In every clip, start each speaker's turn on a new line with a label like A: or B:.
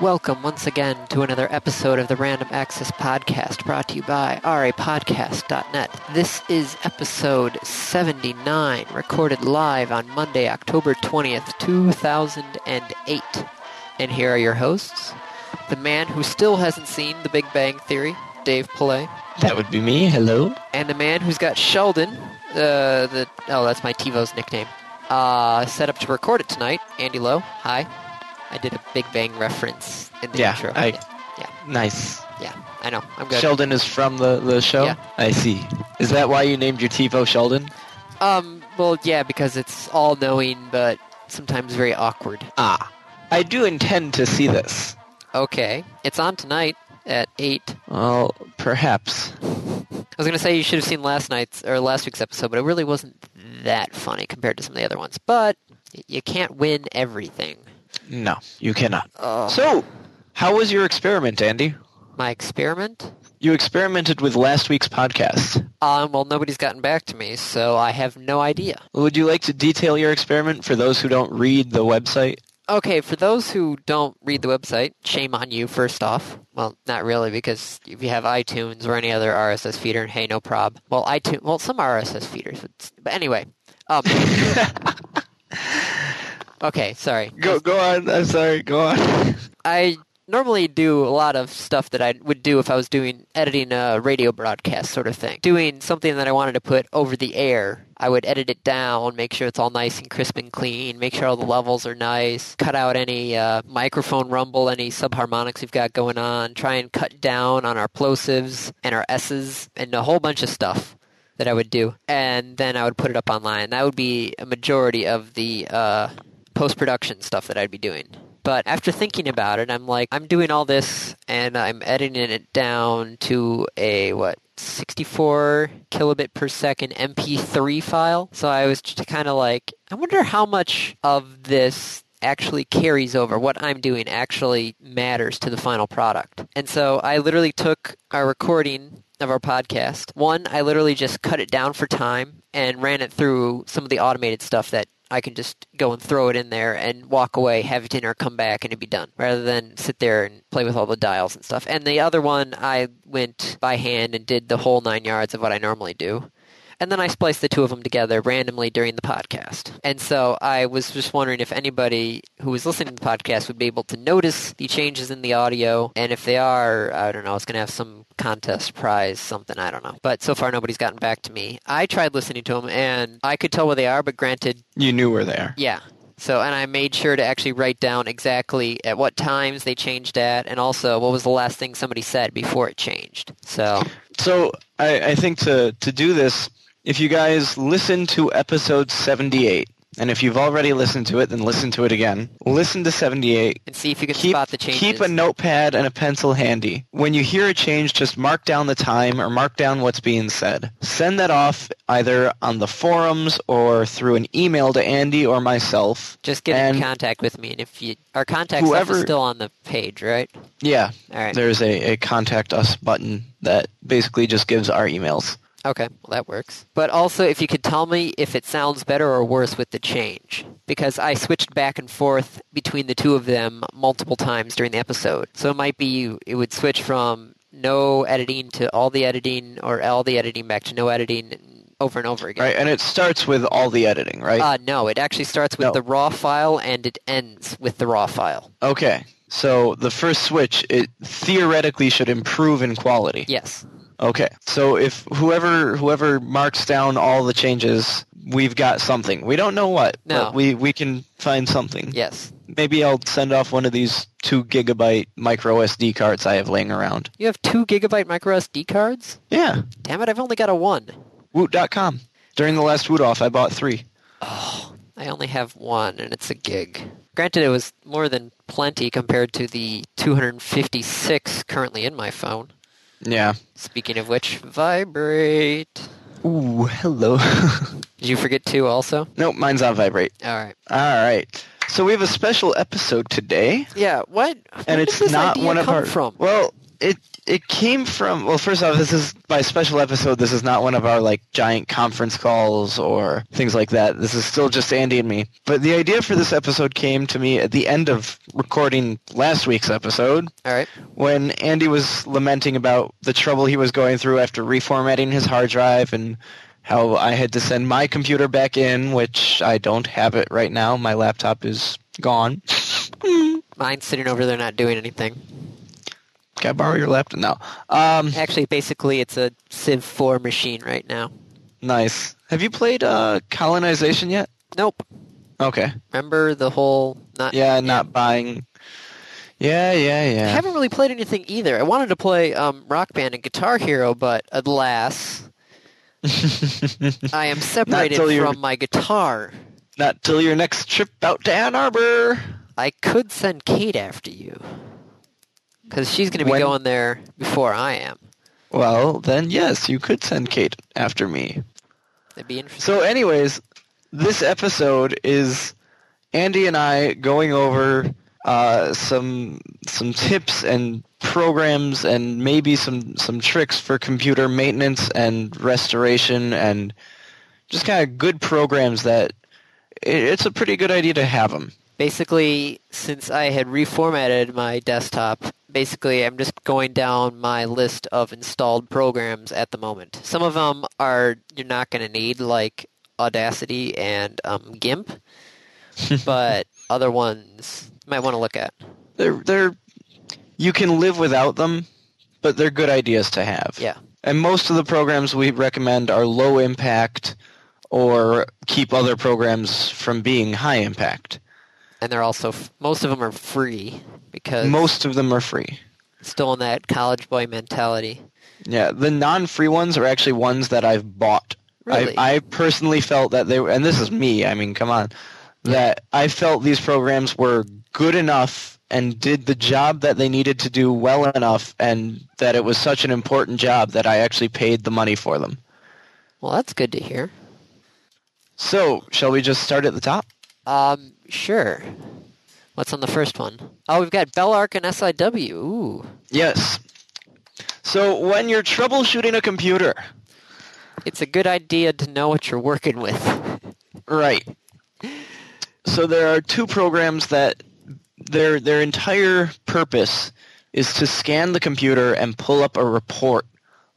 A: Welcome once again to another episode of the Random Access Podcast brought to you by rapodcast.net. This is episode 79, recorded live on Monday, October 20th, 2008. And here are your hosts the man who still hasn't seen The Big Bang Theory, Dave Pillay,
B: That would be me. Hello.
A: and the man who's got Sheldon, uh, the, oh, that's my TiVo's nickname, uh, set up to record it tonight, Andy Lowe. Hi. I did a Big Bang reference in the
B: Yeah,
A: intro.
B: I-
A: yeah, yeah.
B: Nice.
A: Yeah, I know. I'm good.
B: Sheldon is from the, the show?
A: Yeah.
B: I see. Is that why you named your TiVo Sheldon?
A: Um, well, yeah, because it's all knowing, but sometimes very awkward.
B: Ah. I do intend to see this.
A: Okay, it's on tonight at eight.
B: Well, perhaps.
A: I was gonna say you should have seen last night's or last week's episode, but it really wasn't that funny compared to some of the other ones. But y- you can't win everything.
B: No, you cannot.
A: Oh,
B: So, how was your experiment, Andy?
A: my experiment.
B: You experimented with last week's podcast.
A: Um, well, nobody's gotten back to me, so I have no idea.
B: Would you like to detail your experiment for those who don't read the website?
A: Okay, for those who don't read the website, shame on you, first off. Well, not really, because if you have iTunes or any other RSS feeder, and hey, no prob. Well, iTunes, well, some RSS feeders, but, but anyway. Um, okay, sorry.
B: Go go on. I'm sorry. Go on.
A: I normally do a lot of stuff that I would do if I was doing editing a radio broadcast sort of thing. Doing something that I wanted to put over the air, I would edit it down, make sure it's all nice and crisp and clean, make sure all the levels are nice, cut out any uh, microphone rumble, any subharmonics we've got going on, try and cut down on our plosives and our S's and a whole bunch of stuff that I would do, and then I would put it up online. That would be a majority of the uh, post production stuff that I'd be doing. But after thinking about it, I'm like, I'm doing all this, and I'm editing it down to a what? 64 kilobit per second MP3 file. So I was just kind of like, I wonder how much of this actually carries over what i'm doing actually matters to the final product and so i literally took our recording of our podcast one i literally just cut it down for time and ran it through some of the automated stuff that i can just go and throw it in there and walk away have dinner come back and it'd be done rather than sit there and play with all the dials and stuff and the other one i went by hand and did the whole nine yards of what i normally do and then I spliced the two of them together randomly during the podcast. And so I was just wondering if anybody who was listening to the podcast would be able to notice the changes in the audio. And if they are, I don't know, it's going to have some contest prize, something, I don't know. But so far, nobody's gotten back to me. I tried listening to them, and I could tell where they are, but granted,
B: You knew where they are.
A: yeah. So, and I made sure to actually write down exactly at what times they changed at, and also what was the last thing somebody said before it changed. So,
B: So I, I think to, to do this, if you guys listen to episode 78, and if you've already listened to it, then listen to it again. Listen to 78.
A: and see if you can
B: Keep,
A: spot the changes.
B: keep a notepad and a pencil handy. When you hear a change, just mark down the time or mark down what's being said. Send that off either on the forums or through an email to Andy or myself.
A: Just get in
B: And-
A: contact with me, and if you our contact stuff is
B: Whoever-
A: still on the page, right?
B: Yeah,
A: All right.
B: there's a, a contact us button that basically just gives our emails.
A: Okay, well that works. But also, if you could tell me if it sounds better or worse with the change, because I switched back and forth between the two of them multiple times during the episode. So it might be you. It would switch from no editing to all the editing, or all the editing back to no editing, and over and over again.
B: Right, and it starts with all the editing, right?
A: Uh, no, it actually starts with
B: No.
A: the raw file and it ends with the raw file.
B: Okay. So the first switch, it theoretically should improve in quality.
A: Yes.
B: Okay. So if whoever whoever marks down all the changes, we've got something. We don't know what,
A: No.
B: but we we can find something.
A: Yes.
B: Maybe I'll send off one of these two gigabyte micro SD cards I have laying around.
A: You have two gigabyte micro SD cards?
B: Yeah.
A: Damn it, I've only got a one.
B: Woot.com. During the last Woot off, I bought three.
A: I only have one, and it's a gig. Granted, it was more than plenty compared to the 256 currently in my phone.
B: Yeah.
A: Speaking of which, vibrate.
B: Ooh, hello.
A: Did you forget two also?
B: nope, mine's on vibrate.
A: All right.
B: All right. So we have a special episode today.
A: Yeah. What? Where
B: and
A: did
B: it's
A: this
B: not
A: idea
B: one of
A: come
B: our
A: from.
B: well it it came from well first off this is by special episode this is not one of our like giant conference calls or things like that this is still just andy and me but the idea for this episode came to me at the end of recording last week's episode
A: All right.
B: when andy was lamenting about the trouble he was going through after reformatting his hard drive and how i had to send my computer back in which i don't have it right now my laptop is gone
A: Mine's sitting over there not doing anything.
B: can i borrow your laptop no um,
A: Actually, basically, it's a Civ 4 machine right now.
B: Nice. Have you played uh, Colonization yet?
A: Nope.
B: Okay.
A: Remember the whole not.
B: Yeah, not buying. Yeah, yeah,
A: I
B: yeah.
A: haven't really played anything either. I wanted to play um, Rock Band and Guitar Hero, but alas, I am separated
B: till you're-
A: from my guitar.
B: not till your next trip out to Ann Arbor.
A: I could send Kate after you. Because she's going to be
B: When-
A: going there before I am.
B: Well, then yes, you could send Kate after me.
A: That'd be interesting.
B: So, anyways, this episode is Andy and I going over uh, some some tips and programs and maybe some some tricks for computer maintenance and restoration and just kind of good programs that it, it's a pretty good idea to have them.
A: basically since i had reformatted my desktop basically i'm just going down my list of installed programs at the moment some of them are you're not going to need like audacity and um, gimp but other ones you might want to look at
B: They're they're you can live without them, but they're good ideas to have.
A: yeah
B: And most of the programs we recommend are low impact or keep other programs from being high impact.
A: and they're also f- most of them are free because
B: Most of them are free.
A: still in that college boy mentality
B: Yeah, the non-free ones are actually ones that I've bought.
A: Really?
B: I, I personally felt that they were, and this is me, I mean, come on, that I felt these programs were good enough and did the job that they needed to do well enough and that it was such an important job that I actually paid the money for them.
A: well that's good to hear
B: So, shall we just start at the top?
A: Um, sure. What's on the first one? Oh, we've got Bellark and SIW. Ooh.
B: Yes. So when you're troubleshooting a computer,
A: It's a good idea to know what you're working with.
B: right? So there are two programs that their their entire purpose is to scan the computer and pull up a report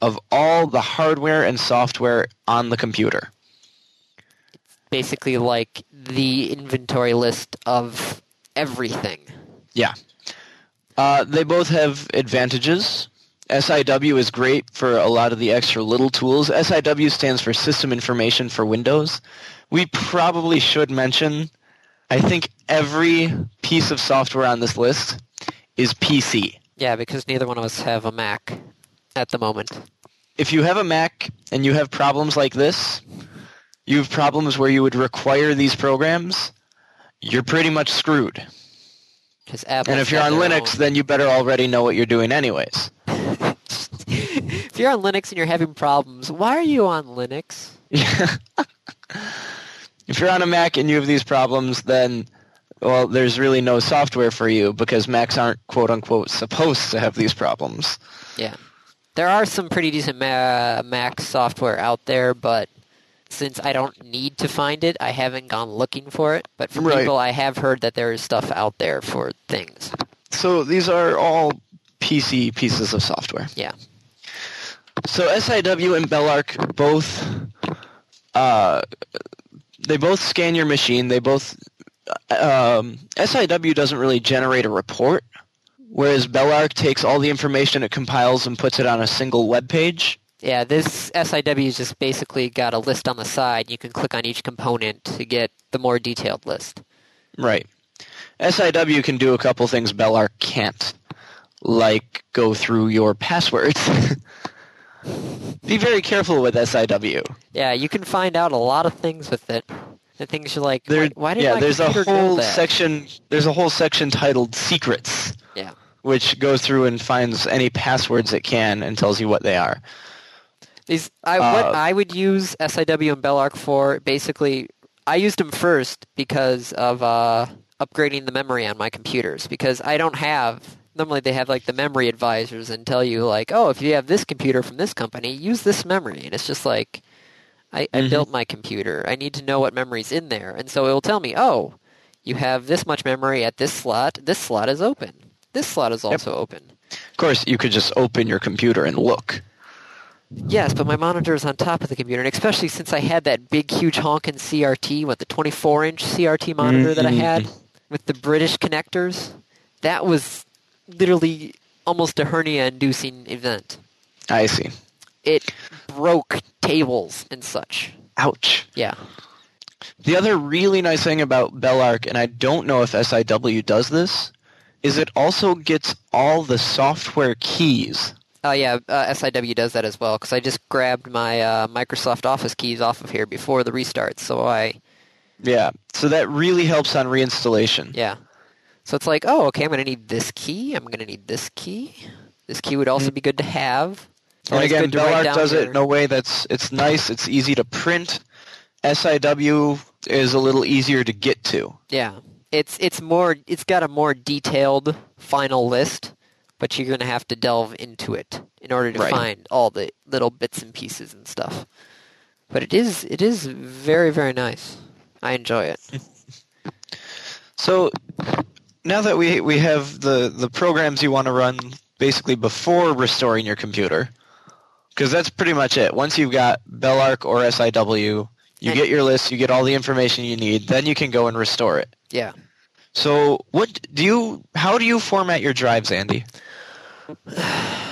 B: of all the hardware and software on the computer.
A: Basically, like the inventory list of everything.
B: Yeah. Uh, they both have advantages. SIW is great for a lot of the extra little tools. SIW stands for System Information for Windows. We probably should mention, I think every piece of software on this list is PC.
A: Yeah, because neither one of us have a Mac at the moment.
B: If you have a Mac and you have problems like this, you have problems where you would require these programs, you're pretty much screwed.
A: Because Apple.
B: And if you're on Linux, then you better already know what you're doing anyways.
A: if you're on Linux and you're having problems, why are you on Linux?
B: Yeah. if you're on a Mac and you have these problems, then well, there's really no software for you because Macs aren't quote unquote supposed to have these problems.
A: Yeah. There are some pretty decent ma- Mac software out there, but since I don't need to find it, I haven't gone looking for it. But from
B: Right.
A: people, I have heard that there is stuff out there for things.
B: So these are all PC pieces of software.
A: Yeah.
B: So SIW and Bellark both uh, they both scan your machine. They both um, SIW doesn't really generate a report, whereas Bellark takes all the information it compiles and puts it on a single web page.
A: Yeah, this SIW has just basically got a list on the side. You can click on each component to get the more detailed list.
B: Right. SIW can do a couple things Bellark can't, like go through your passwords. Be very careful with SIW.
A: Yeah, you can find out a lot of things with it. The things you're like,
B: There,
A: why, why did
B: yeah,
A: my
B: there's a
A: computer do
B: whole
A: that?
B: section. There's a whole section titled "Secrets,"
A: Yeah.
B: which goes through and finds any passwords it can and tells you what they are.
A: These, I,
B: Uh,
A: what I would use SIW and Bellark for, basically, I used them first because of uh, upgrading the memory on my computers because I don't have Normally they have like the memory advisors and tell you like, oh, if you have this computer from this company, use this memory. And it's just like, I, I
B: Mhm.
A: built my computer. I need to know what memory's in there. And so it will tell me, oh, you have this much memory at this slot. This slot is open. This slot is also open.
B: Of course, you could just open your computer and look.
A: Yes, but my monitor is on top of the computer, and especially since I had that big, huge honking CRT, what the 24-inch CRT monitor that I had with the British connectors, that was literally almost a hernia-inducing event.
B: I see.
A: It broke tables and such.
B: Ouch.
A: Yeah.
B: The other really nice thing about Bellarc, and I don't know if SIW does this, is it also gets all the software keys.
A: Oh yeah, uh, SIW does that as well because I just grabbed my uh, Microsoft Office keys off of here before the restart, so I
B: Yeah. So that really helps on reinstallation.
A: Yeah. So it's like, oh, okay, I'm going to need this key. I'm going to need this key. This key would also be good to have.
B: Mm. And
A: it's
B: again,
A: good to write
B: Bellarc
A: down
B: does it
A: your-
B: in a way that's it's nice, it's easy to print. SIW is a little easier to get to.
A: Yeah. It's it's more it's got a more detailed final list, but you're going to have to delve into it in order to
B: Right.
A: find all the little bits and pieces and stuff. But it is it is very very nice. I enjoy it.
B: So now that we we have the the programs you want to run basically before restoring your computer, because that's pretty much it. Once you've got Bellarc or SIW, you
A: And-
B: get your list, you get all the information you need, then you can go and restore it.
A: Yeah.
B: So what do you? How do you format your drives, Andy?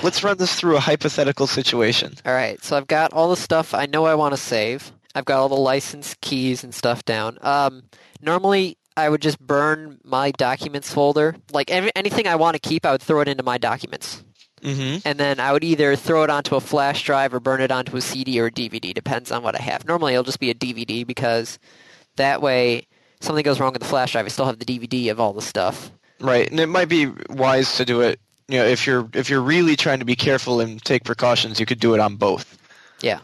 B: Let's run this through a hypothetical situation.
A: All right, so I've got all the stuff I know I want to save. I've got all the license keys and stuff down. Um, normally, I would just burn my documents folder. Like every, anything I want to keep, I would throw it into my documents,
B: Mm-hmm.
A: and then I would either throw it onto a flash drive or burn it onto a CD or a DVD. Depends on what I have. Normally, it'll just be a DVD because that way, if something goes wrong with the flash drive, I still have the DVD of all the stuff.
B: Right, and it might be wise to do it. You know, if you're if you're really trying to be careful and take precautions, you could do it on both.
A: Yeah.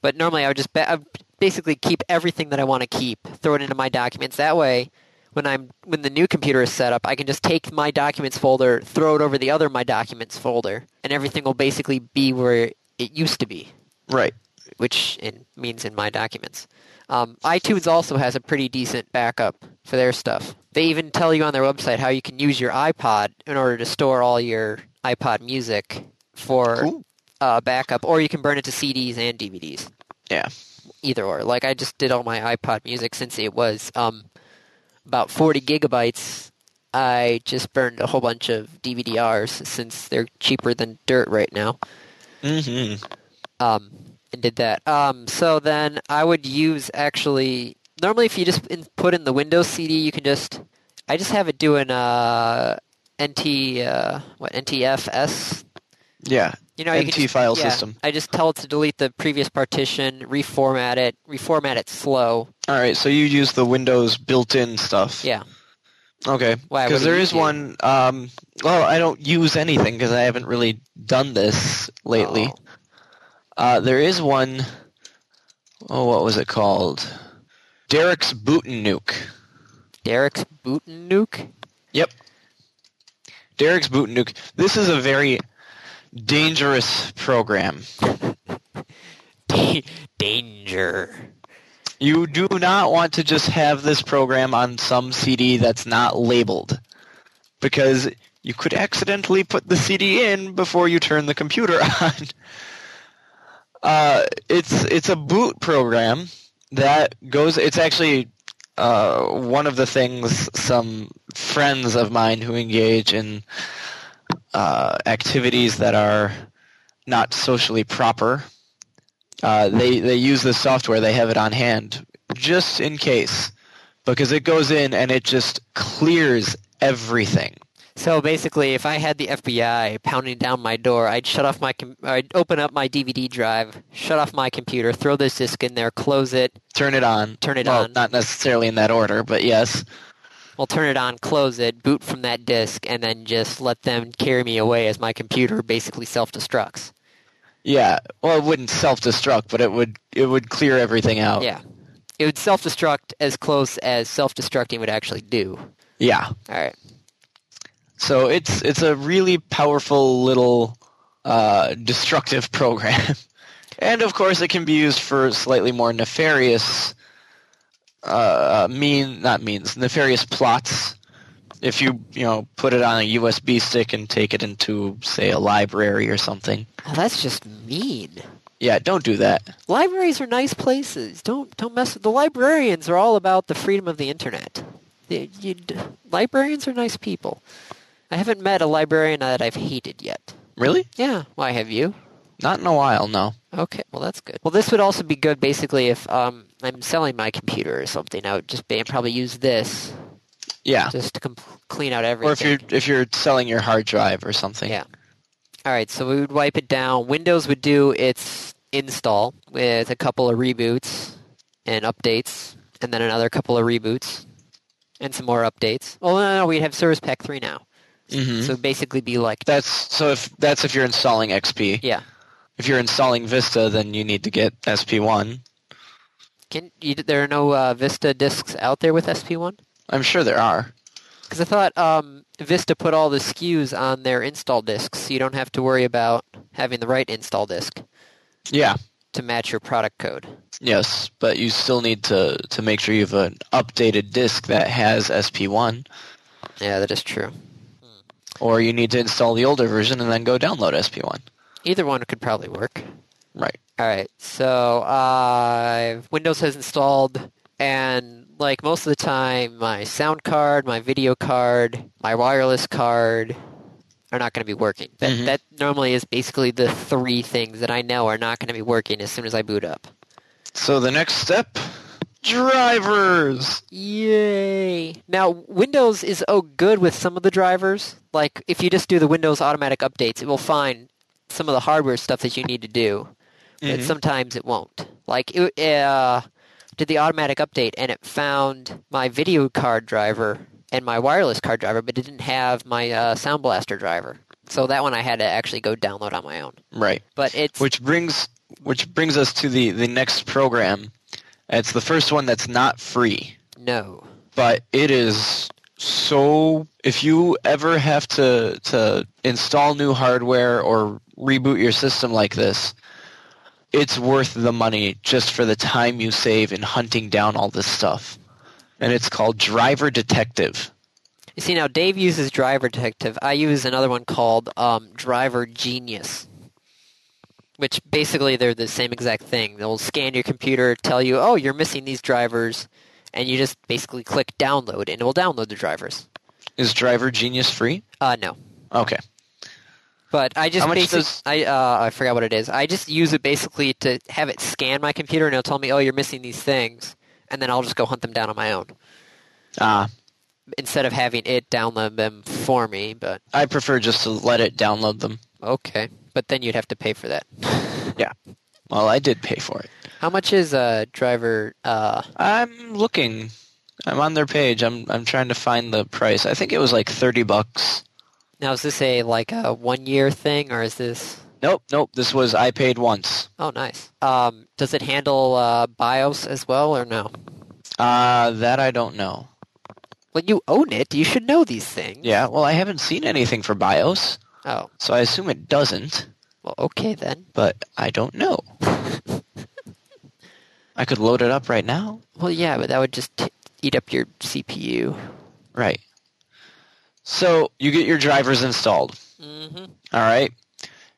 A: But normally I would just ba- I would basically keep everything that I want to keep, throw it into my documents. That way, when I'm when the new computer is set up, I can just take my documents folder, throw it over the other my documents folder, and everything will basically be where it used to be,
B: Right.
A: which in, means in my documents. Um, iTunes also has a pretty decent backup for their stuff. They even tell you on their website how you can use your iPod in order to store all your iPod music for
B: Cool.
A: uh, backup, or you can burn it to CDs and DVDs.
B: Yeah.
A: Either or. Like I just did all my iPod music since it was um, about 40 gigabytes. I just burned a whole bunch of DVD-Rs since they're cheaper than dirt right now,
B: hmm
A: um, and did that. Um, so then I would use actually. Normally, if you just in, put in the Windows CD, you can just. I just have it doing uh, NT uh, what NTFS
B: Yeah.
A: You know, you
B: NT
A: can just-
B: file
A: yeah,
B: system.
A: I just tell it to delete the previous partition, reformat it, reformat it slow.
B: All right. So you use the Windows built-in stuff.
A: Yeah.
B: Okay.
A: Why, what
B: Because
A: do
B: there
A: you
B: is
A: do?
B: one. Um, well, I don't use anything because I haven't really done this lately.
A: Oh.
B: Uh, there is one oh what was it called? Derek's Boot and Nuke.
A: Derek's boot and nuke.
B: Yep. Derek's Boot and Nuke. This is a very dangerous program.
A: Da- Danger.
B: You do not want to just have this program on some CD that's not labeled because you could accidentally put the CD in before you turn the computer on. Uh, it's it's a boot program that goes. It's actually uh, one of the things some friends of mine who engage in uh, activities that are not socially proper uh, they they use this software. They have it on hand just in case, because it goes in and it just clears everything.
A: So basically, if I had the FBI pounding down my door, I'd shut off my. Com- or I'd open up my DVD drive, shut off my computer, throw this disc in there, close it.
B: Turn it on.
A: Turn it
B: well,
A: on.
B: Not necessarily in that order, but yes.
A: Well, turn it on, close it, boot from that disc, and then just let them carry me away as my computer basically self-destructs.
B: Yeah. Well, it wouldn't self-destruct, but it would it would clear everything out.
A: Yeah. It would self destruct as close as self destructing would actually do.
B: Yeah.
A: All right.
B: So it's it's a really powerful little uh, destructive program, and of course it can be used for slightly more nefarious uh, mean not means nefarious plots. If you you know put it on a USB stick and take it into say a library or something,
A: Oh, that's just mean.
B: yeah, don't do that.
A: Libraries are nice places. Don't don't mess with the librarians. Are all about the freedom of the internet. They- you'd- librarians are nice people. I haven't met a librarian that I've hated yet.
B: Really?
A: Yeah, why have you?
B: Not in a while, no.
A: Okay, well that's good. Well, this would also be good basically if um, I'm selling my computer or something. I would just ban- probably use this
B: Yeah.
A: just to com- clean out everything.
B: Or if you're if you're selling your hard drive or something.
A: Yeah. All right, so we would wipe it down. Windows would do its install with a couple of reboots and updates, and then another couple of reboots and some more updates. Oh no, no, we'd have Service Pack three now.
B: Mhm.
A: So it'd basically, be like
B: That's so if that's if you're installing XP.
A: yeah.
B: If you're installing Vista, then you need to get SP1.
A: Can you, there are no uh, Vista discs out there with SP one?
B: I'm sure there are.
A: Because I thought um, Vista put all the SKUs on their install disks, so you don't have to worry about having the right install disk
B: Yeah.
A: to match your product code.
B: Yes, but you still need to to make sure you have an updated disk that has SP1
A: Yeah, that is true.
B: or you need to install the older version and then go download SP1.
A: Either one could probably work.
B: Right.
A: All right, so uh, Windows has installed, and like most of the time, my sound card, my video card, my wireless card are not going to be working. That,
B: Mhm.
A: that normally is basically the three things that I know are not going to be working as soon as I boot up.
B: So the next step, drivers.
A: Yay! Now, Windows is oh good with some of the drivers. Like, if you just do the Windows automatic updates, it will find some of the hardware stuff that you need to do. But
B: Mhm.
A: sometimes it won't. Like, it uh, did the automatic update, and it found my video card driver and my wireless card driver, but it didn't have my uh, Sound Blaster driver. So that one I had to actually go download on my own.
B: Right.
A: But it's
B: Which brings which brings us to the the next program. It's the first one that's not free.
A: no.
B: but it is so if you ever have to to install new hardware or reboot your system like this it's worth the money just for the time you save in hunting down all this stuff and it's called driver detective
A: You see, now Dave uses Driver Detective. I use another one called um, Driver Genius, which basically they're the same exact thing. They'll scan your computer, tell you, oh, you're missing these drivers, and you just basically click download, and it will download the drivers.
B: is driver genius free
A: Uh, no.
B: okay
A: But I just
B: How much
A: basic-
B: does-
A: I uh, I forgot what it is. I just use it basically to have it scan my computer and it'll tell me, "Oh, you're missing these things," and then I'll just go hunt them down on my own
B: ah
A: instead of having it download them for me. But
B: i prefer just to let it download them
A: okay, but then you'd have to pay for that.
B: well i did pay for it
A: How much is uh, driver? Uh,
B: i'm looking i'm on their page i'm i'm trying to find the price i think it was like 30 bucks
A: now is this a like a one year thing or is this?
B: Nope, nope. This was I paid once.
A: Oh, nice. Um, does it handle uh, BIOS as well or no?
B: Uh, that I don't know.
A: Well, you own it. You should know these things.
B: Yeah, well, I haven't seen anything for BIOS,
A: Oh,
B: so I assume it doesn't,
A: well, okay then.
B: but I don't know. I could load it up right now.
A: Well, yeah, but that would just t- eat up your CPU.
B: Right. So you get your drivers installed.
A: Mm-hmm.
B: All right.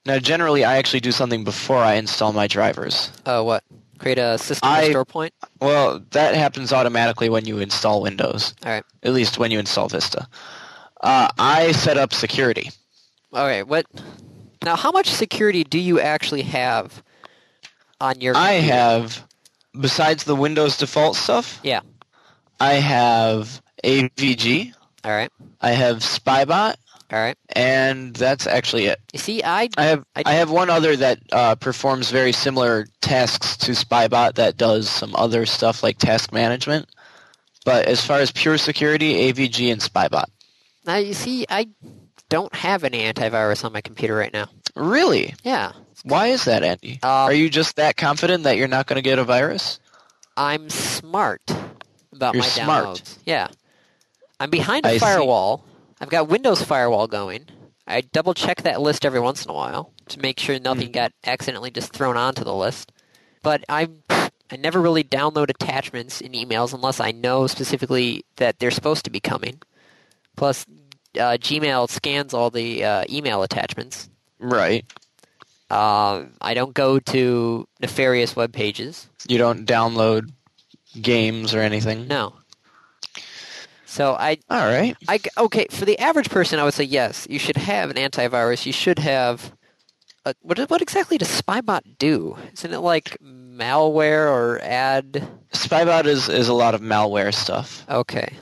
B: Now, generally, I actually do something before I install my drivers.
A: Oh, what? Create a system
B: I-
A: restore point.
B: Well, that happens automatically when you install Windows,
A: All right.
B: at least when you install Vista. Uh, I set up security.
A: All right. What? Now, how much security do you actually have on your?
B: I
A: computer?
B: have, besides the Windows default stuff,
A: Yeah.
B: I have AVG,
A: All right.
B: I have Spybot,
A: All right.
B: and that's actually it.
A: You see, I
B: I have
A: I-
B: I, have one other that uh, performs very similar tasks to Spybot that does some other stuff like task management. But as far as pure security, AVG and Spybot.
A: Now you see, I don't have any antivirus on my computer right now.
B: Really?
A: Yeah,
B: Why is that, Andy?
A: Um,
B: Are you just that confident that you're not going to get a virus?
A: I'm smart about
B: You're
A: my
B: smart.
A: downloads. Yeah, I'm behind a
B: I see.
A: firewall, I've got Windows firewall going. I double check that list every once in a while to make sure nothing
B: Hmm.
A: got accidentally just thrown onto the list. But I I never really download attachments in emails unless I know specifically that they're supposed to be coming. Plus, uh, Gmail scans all the uh, email attachments.
B: Right.
A: Uh, I don't go to nefarious web pages.
B: You don't download games or anything.
A: No. So I
B: All right.
A: I g okay for the average person, I would say yes. You should have an antivirus. You should have. A, what what exactly does Spybot do? Isn't it like malware or ad?
B: Spybot is, is a lot of malware stuff.
A: Okay,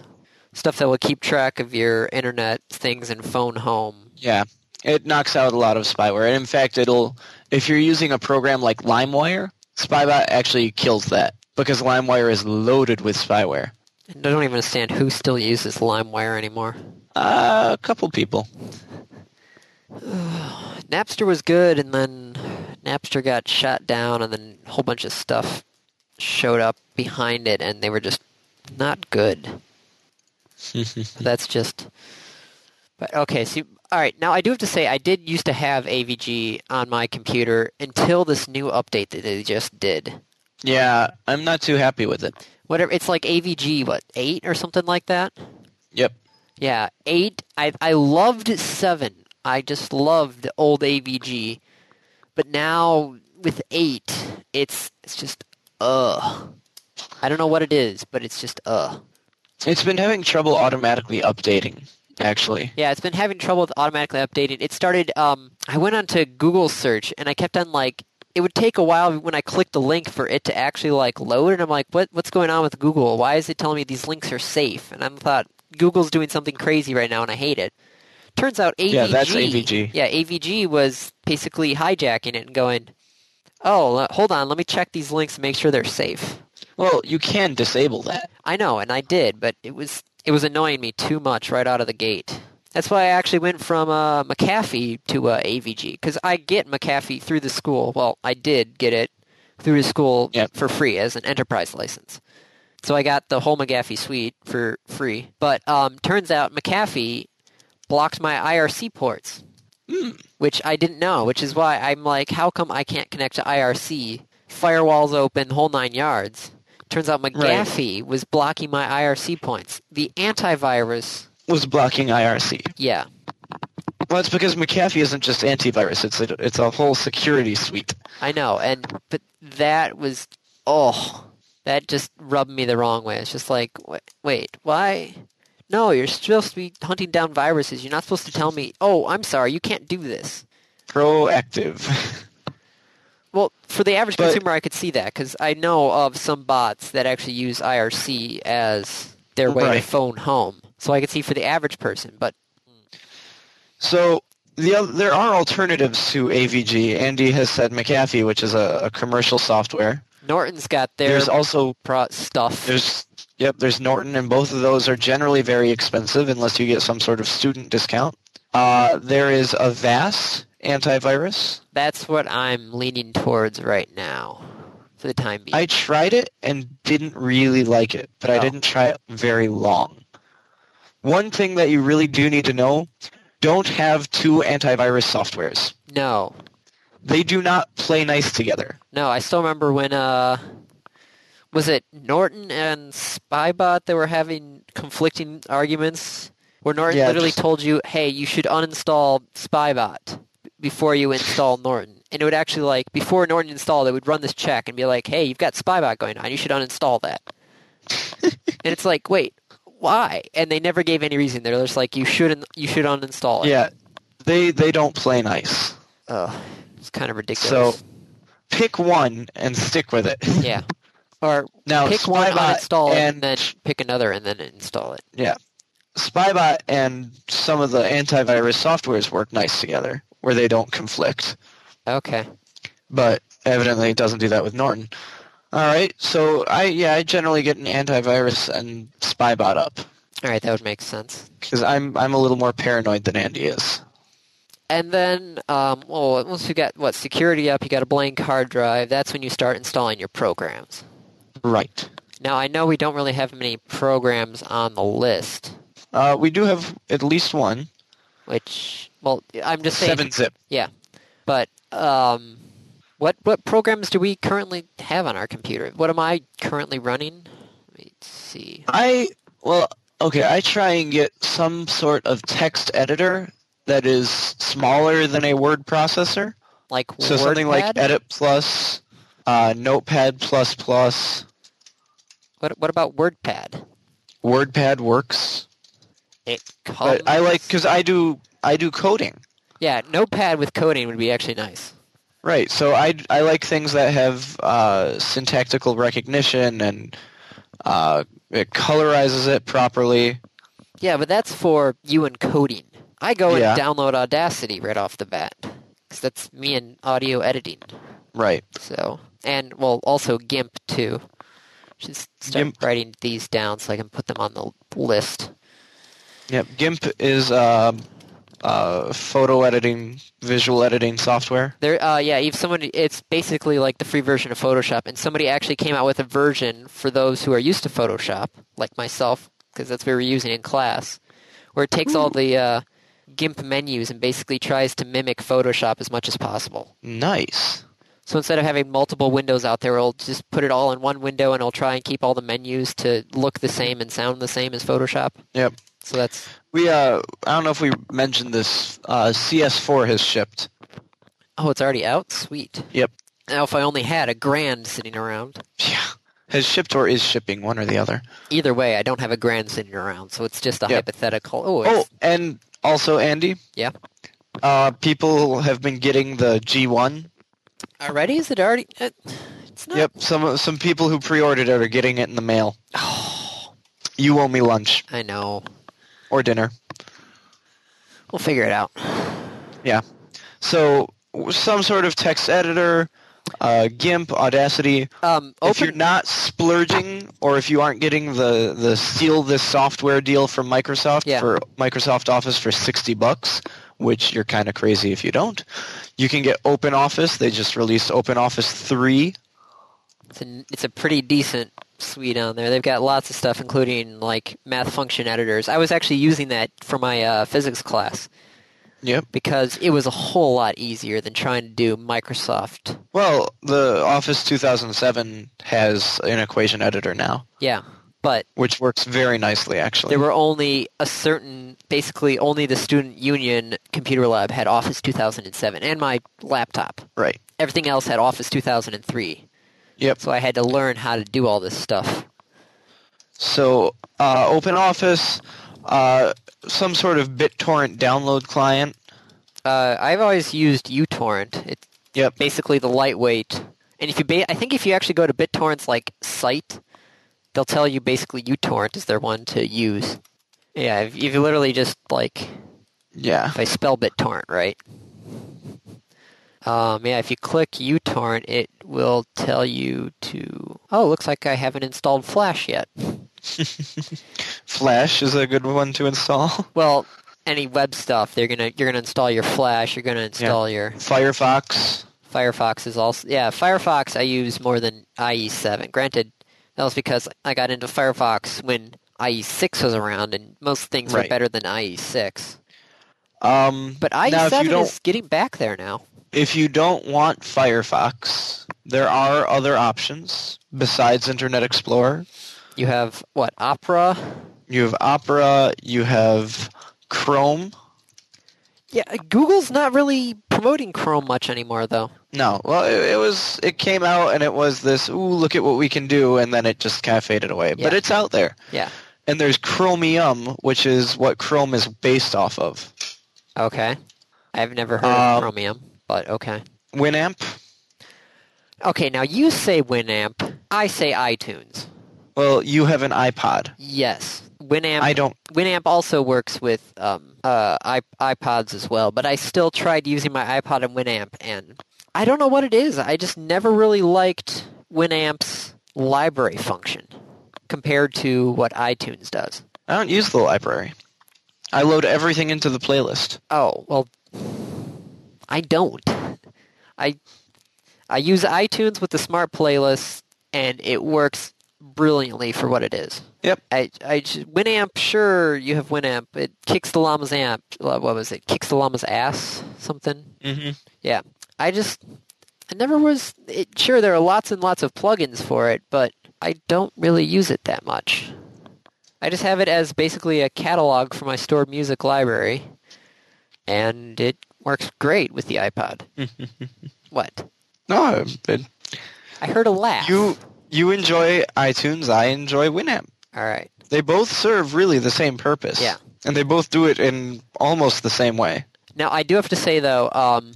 A: stuff that will keep track of your internet things and phone home.
B: Yeah. It knocks out a lot of spyware. And in fact, it'll if you're using a program like LimeWire, Spybot actually kills that because LimeWire is loaded with spyware.
A: I don't even understand who still uses LimeWire anymore.
B: Uh, a couple people.
A: Napster was good, and then Napster got shot down, and then a whole bunch of stuff showed up behind it, and they were just not good. That's just. But okay, see, all right. Now I do have to say I did used to have AVG on my computer until this new update that they just did.
B: Yeah, I'm not too happy with it.
A: Whatever, it's like AVG what eight or something like that.
B: Yep.
A: Yeah, eight. I I loved seven. I just loved old AVG, but now with eight, it's it's just ugh. I don't know what it is, but it's just uh. ugh.
B: It's been having trouble automatically updating, actually.
A: Yeah, it's been having trouble with automatically updating. It started. Um, I went onto Google search and I kept on like it would take a while when I clicked the link for it to actually like load, and I'm like, what what's going on with Google? Why is it telling me these links are safe? And I thought Google's doing something crazy right now, and I hate it. Turns out AVG.
B: Yeah, that's AVG.
A: Yeah, AVG was basically hijacking it and going, oh, l- hold on, let me check these links and make sure they're safe.
B: Well, you can disable that.
A: I know, and I did, but it was it was annoying me too much right out of the gate. That's why I actually went from uh, McAfee to uh, AVG because I get McAfee through the school. Well, I did get it through the school
B: Yep.
A: for free as an enterprise license. So I got the whole McAfee suite for free. But um, turns out McAfee blocked my IRC ports, which I didn't know. Which is why I'm like, how come I can't connect to IRC? Firewalls open, whole nine yards. Turns out McAfee was blocking my IRC points. The antivirus,
B: Was blocking IRC.
A: yeah,
B: Well, it's because McAfee isn't just antivirus. It's a, it's a whole security suite.
A: I know, and but that was oh, that just rubbed me the wrong way. It's just like, wh- wait, why? No, you're supposed to be hunting down viruses. You're not supposed to tell me, oh, I'm sorry, you can't do this.
B: Proactive.
A: Well, for the average
B: But-
A: consumer, I could see that because I know of some bots that actually use IRC as their way to
B: Right.
A: phone home. So I could see for the average person, but
B: So the oth- there are alternatives to AVG. Andy has said McAfee, which is a, a commercial software.
A: Norton's got their
B: There's also
A: pro- stuff.
B: there's yep there's Norton, and both of those are generally very expensive unless you get some sort of student discount. Uh, there is Avast antivirus.
A: That's what I'm leaning towards right now, for the time being.
B: I tried it and didn't really like it, but I
A: Oh.
B: didn't try it very long. One thing that you really do need to know, don't have two antivirus softwares.
A: no,
B: They do not play nice together.
A: No, I still remember when uh was it Norton and Spybot that were having conflicting arguments where Norton
B: Yeah,
A: literally
B: just-
A: told you, "Hey, you should uninstall Spybot before you install Norton." And it would actually like before Norton installed, it would run this check and be like, "Hey, you've got Spybot going on. You should uninstall that." and it's like, "Wait, why?" And they never gave any reason. They're just like, "You shouldn't you should uninstall it."
B: Yeah, they they don't play nice.
A: Ugh, it's kind of ridiculous.
B: So pick one and stick with it.
A: yeah. Or
B: Now
A: pick one,
B: Spybot
A: uninstall Oh, it, and
B: and
A: then pick another, and then install it.
B: yeah, Spybot and some of the antivirus softwares work nice together where they don't conflict.
A: Okay.
B: but evidently it doesn't do that with Norton. All right, so I yeah I generally get an antivirus and Spybot up
A: All right, that would make sense.
B: because I'm I'm a little more paranoid than Andy is.
A: And then, um, well, once you got what security up, you got a blank hard drive. That's when you start installing your programs.
B: Right.
A: Now, I know we don't really have many programs on the list,
B: Uh, we do have at least one
A: Which, well, I'm just saying.
B: seven zip.
A: Yeah, but um, what what programs do we currently have on our computer? What am I currently running? Let me see.
B: I well, okay. I try and get some sort of text editor that is smaller than a word processor.
A: Like
B: So something like
A: WordPad?
B: Edit Plus, uh, Notepad Plus Plus,
A: What what about WordPad?
B: WordPad works.
A: It comes.
B: Eh, But I like because I do I do coding,
A: Yeah, Notepad with coding would be actually nice.
B: right? So I I like things that have uh, syntactical recognition and uh, it colorizes it properly.
A: Yeah, but that's for you and coding. I go
B: Yeah.
A: and download Audacity right off the bat because that's me and audio editing.
B: Right.
A: So and well, also GIMP too. Should s- start
B: GIMP.
A: writing these down so I can put them on the l- list.
B: Yep. GIMP is uh, uh, photo editing, visual editing software.
A: There, uh, yeah, if someone, it's basically like the free version of Photoshop, and somebody actually came out with a version for those who are used to Photoshop, like myself, because that's what we were using in class, where it takes all the uh, GIMP menus and basically tries to mimic Photoshop as much as possible.
B: Nice.
A: So instead of having multiple windows out there, it'll just put it all in one window, and it'll try and keep all the menus to look the same and sound the same as Photoshop.
B: Yep.
A: So that's
B: We uh, I don't know if we mentioned this. Uh, CS4 has shipped.
A: oh, it's already out. Sweet.
B: Yep.
A: Now, if I only had a grand sitting around.
B: Yeah. Has shipped or is shipping, one or the other.
A: Either way, I don't have a grand sitting around, so it's just a
B: Yeah.
A: hypothetical. Oh,
B: Oh,
A: it's-
B: and also Andy,
A: yeah.
B: uh, people have been getting the G1.
A: Already? Is it already? uh, It's not.
B: Yep, some some people who pre-ordered it are getting it in the mail. Oh. You owe me lunch
A: I know.
B: or dinner.
A: We'll figure it out.
B: Yeah. So w- some sort of text editor, uh, GIMP, Audacity.
A: Um,
B: If you're
A: open.
B: not splurging, or if you aren't getting the the steal this software deal from Microsoft
A: Yeah.
B: for Microsoft Office for sixty bucks, which you're kind of crazy if you don't, you can get Open Office. They just released Open Office three.
A: It's a, it's a pretty decent suite on there. They've got lots of stuff, including like math function editors. I was actually using that for my uh, physics class
B: Yep.
A: because it was a whole lot easier than trying to do Microsoft.
B: Well, the Office 2007 has an equation editor now,
A: Yeah, but
B: which works very nicely, actually.
A: there were only a certain basically only the student union computer lab had office 2007 and my laptop
B: right.
A: everything else had office 2003
B: Yep.
A: so i had to learn how to do all this stuff
B: So, uh, Open Office, uh, some sort of BitTorrent download client.
A: uh, i've always used utorrent it's
B: Yep.
A: basically the lightweight and if you ba- i think if you actually go to bittorrent's like site they'll tell you basically utorrent is their one to use yeah if, if you literally just like
B: Yeah.
A: if I spell BitTorrent right. Um, yeah, if you click uTorrent, it will tell you to. Oh, looks like I haven't installed Flash yet.
B: Flash is a good one to install.
A: Well, any web stuff, they're gonna you're gonna install your Flash. You're gonna install your
B: Firefox.
A: Firefox is also yeah. Firefox I use more than IE7. Granted, that was because I got into Firefox when IE6 was around, and most things were
B: Right.
A: better than IE6.
B: Um,
A: But
B: now, if you
A: IE7
B: don't
A: is getting back there now.
B: if you don't want Firefox, there are other options besides Internet Explorer.
A: You have what Opera.
B: You have Opera. You have Chrome.
A: Yeah, uh, Google's not really promoting Chrome much anymore, though.
B: No, well, it, it was it came out and it was this. Ooh, look at what we can do, and then it just kind of faded away. But
A: Yeah.
B: it's out there,
A: Yeah.
B: and there's Chromium, which is what Chrome is based off of.
A: Okay. I've never heard
B: Um,
A: of Chromium, but okay.
B: Winamp.
A: Okay, now you say Winamp. I say iTunes.
B: Well, you have an iPod.
A: Yes, Winamp.
B: I don't.
A: Winamp also works with um, uh, I- iPods as well, but I still tried using my iPod and Winamp, and I don't know what it is. I just never really liked Winamp's library function compared to what iTunes does.
B: I don't use the library. I load everything into the playlist.
A: Oh well, I don't. I I use iTunes with the smart playlist, and it works brilliantly for what it is.
B: Yep.
A: I, I j- Winamp, sure, you have Winamp. It kicks the llama's amp. uh, What was it? Kicks the llama's ass, something.
B: Mm-hmm.
A: Yeah. I just, I never was, it, sure, there are lots and lots of plugins for it, but I don't really use it that much. I just have it as basically a catalog for my stored music library, and it works great with the iPod. what?
B: No, it,
A: I heard a laugh.
B: you you enjoy iTunes. I enjoy Winamp.
A: All right.
B: They both serve really the same purpose.
A: Yeah.
B: And they both do it in almost the same way.
A: Now, I do have to say, though, um,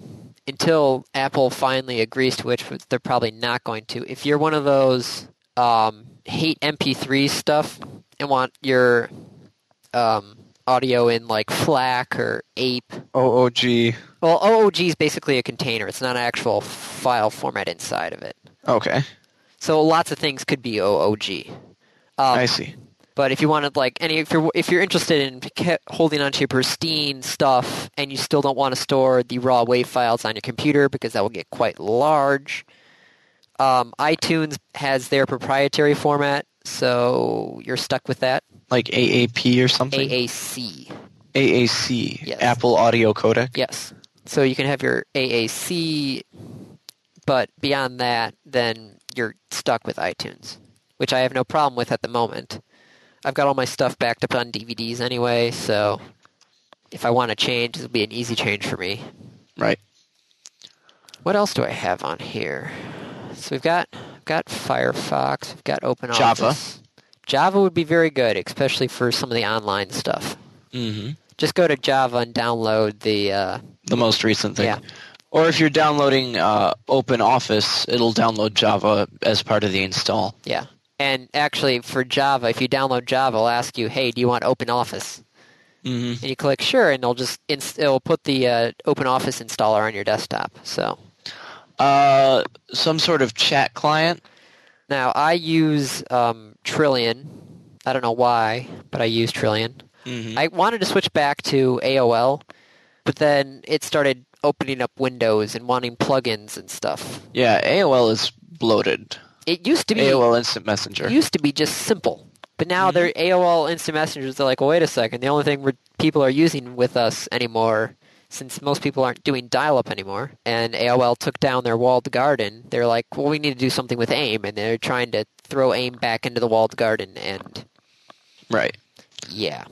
A: until Apple finally agrees to which they're probably not going to, if you're one of those um, hate MP3 stuff and want your um, audio in like FLAC or APE,
B: OOG.
A: well, OOG is basically a container. It's not an actual file format inside of it.
B: Okay.
A: So lots of things could be OOG. Um,
B: I see.
A: but if you wanted like any, if you're if you're interested in ca- holding onto your pristine stuff, and you still don't want to store the raw WAV files on your computer because that will get quite large, um, iTunes has their proprietary format, so you're stuck with that.
B: Like AAP or something?
A: AAC,
B: AAC.
A: Yes.
B: Apple Audio Codec.
A: yes. So you can have your AAC, but beyond that, then you're stuck with iTunes, which I have no problem with at the moment. I've got all my stuff backed up on DVDs anyway, so if I want to change, it'll be an easy change for me.
B: Right.
A: What else do I have on here? So we've got we've got Firefox, we've got Open
B: Java.
A: Office. Java would be very good, especially for some of the online stuff.
B: Mm-hmm.
A: Just go to Java and download the. Uh,
B: The most recent thing.
A: Yeah.
B: Or if you're downloading uh, Open Office, it'll download Java as part of the install.
A: yeah, and actually for Java, if you download Java, it'll ask you, "Hey, do you want Open Office?"
B: Mm-hmm.
A: And you click "Sure," and it'll just inst- it'll put the uh, Open Office installer on your desktop. So
B: Uh, some sort of chat client.
A: Now I use um, Trillion. I don't know why, but I use Trillion.
B: Mm-hmm.
A: I wanted to switch back to AOL, but then it started opening up windows and wanting plugins and stuff.
B: Yeah, AOL is bloated.
A: It used to be
B: AOL Instant Messenger.
A: used to be just simple, but now they're AOL Instant Messengers. They're like, wait a second, the only thing we're, people are using with us anymore, since most people aren't doing dial-up anymore, and AOL took down their walled garden. They're like, well, we need to do something with AIM, and they're trying to throw AIM back into the walled garden, and
B: right.
A: yeah,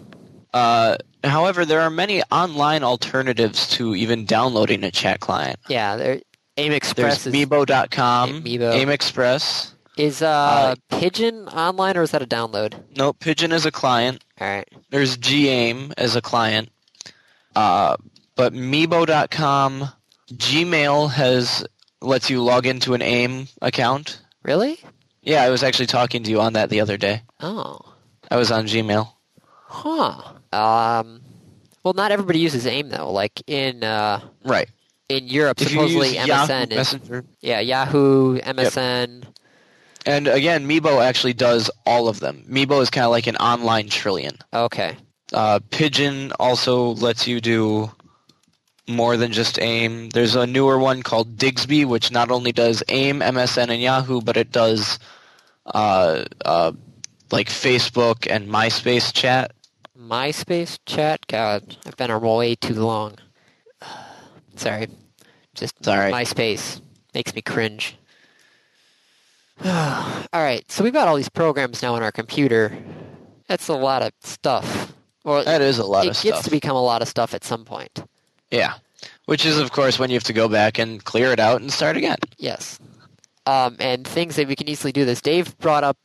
B: Uh, however, there are many online alternatives to even downloading a chat client.
A: yeah, they're, AIM
B: There's
A: Express is,
B: Meebo.com,
A: Meebo.
B: Aim Express.
A: is uh, Pigeon online or is that a download?
B: No, Pigeon is a client.
A: All right,
B: There's GAIM as a client. Uh, but Meebo.com, Gmail has lets you log into an AIM account.
A: really?
B: Yeah, I was actually talking to you on that the other day.
A: Oh,
B: I was on Gmail.
A: huh. Um, well, not everybody uses AIM though. Like in. Uh,
B: Right.
A: in Europe,
B: If
A: supposedly
B: you use
A: MSN
B: Yahoo
A: is
B: Messenger.
A: yeah Yahoo, MSN.
B: And again, Meebo actually does all of them. Meebo is kind of like an online trillion.
A: Okay,
B: Uh, Pigeon also lets you do more than just AIM. There's a newer one called Digsby, which not only does AIM, MSN, and Yahoo, but it does uh, uh, like Facebook and MySpace chat.
A: MySpace chat. God, I've been on way too long. Sorry, just
B: It's all right.
A: MySpace makes me cringe. all right, so we've got all these programs now on our computer. That's a lot of stuff. Well,
B: that is a lot
A: it
B: of
A: gets
B: stuff.
A: to become a lot of stuff at some point.
B: yeah. Which is, of course, when you have to go back and clear it out and start again.
A: Yes. Um, and things that we can easily do this. Dave brought up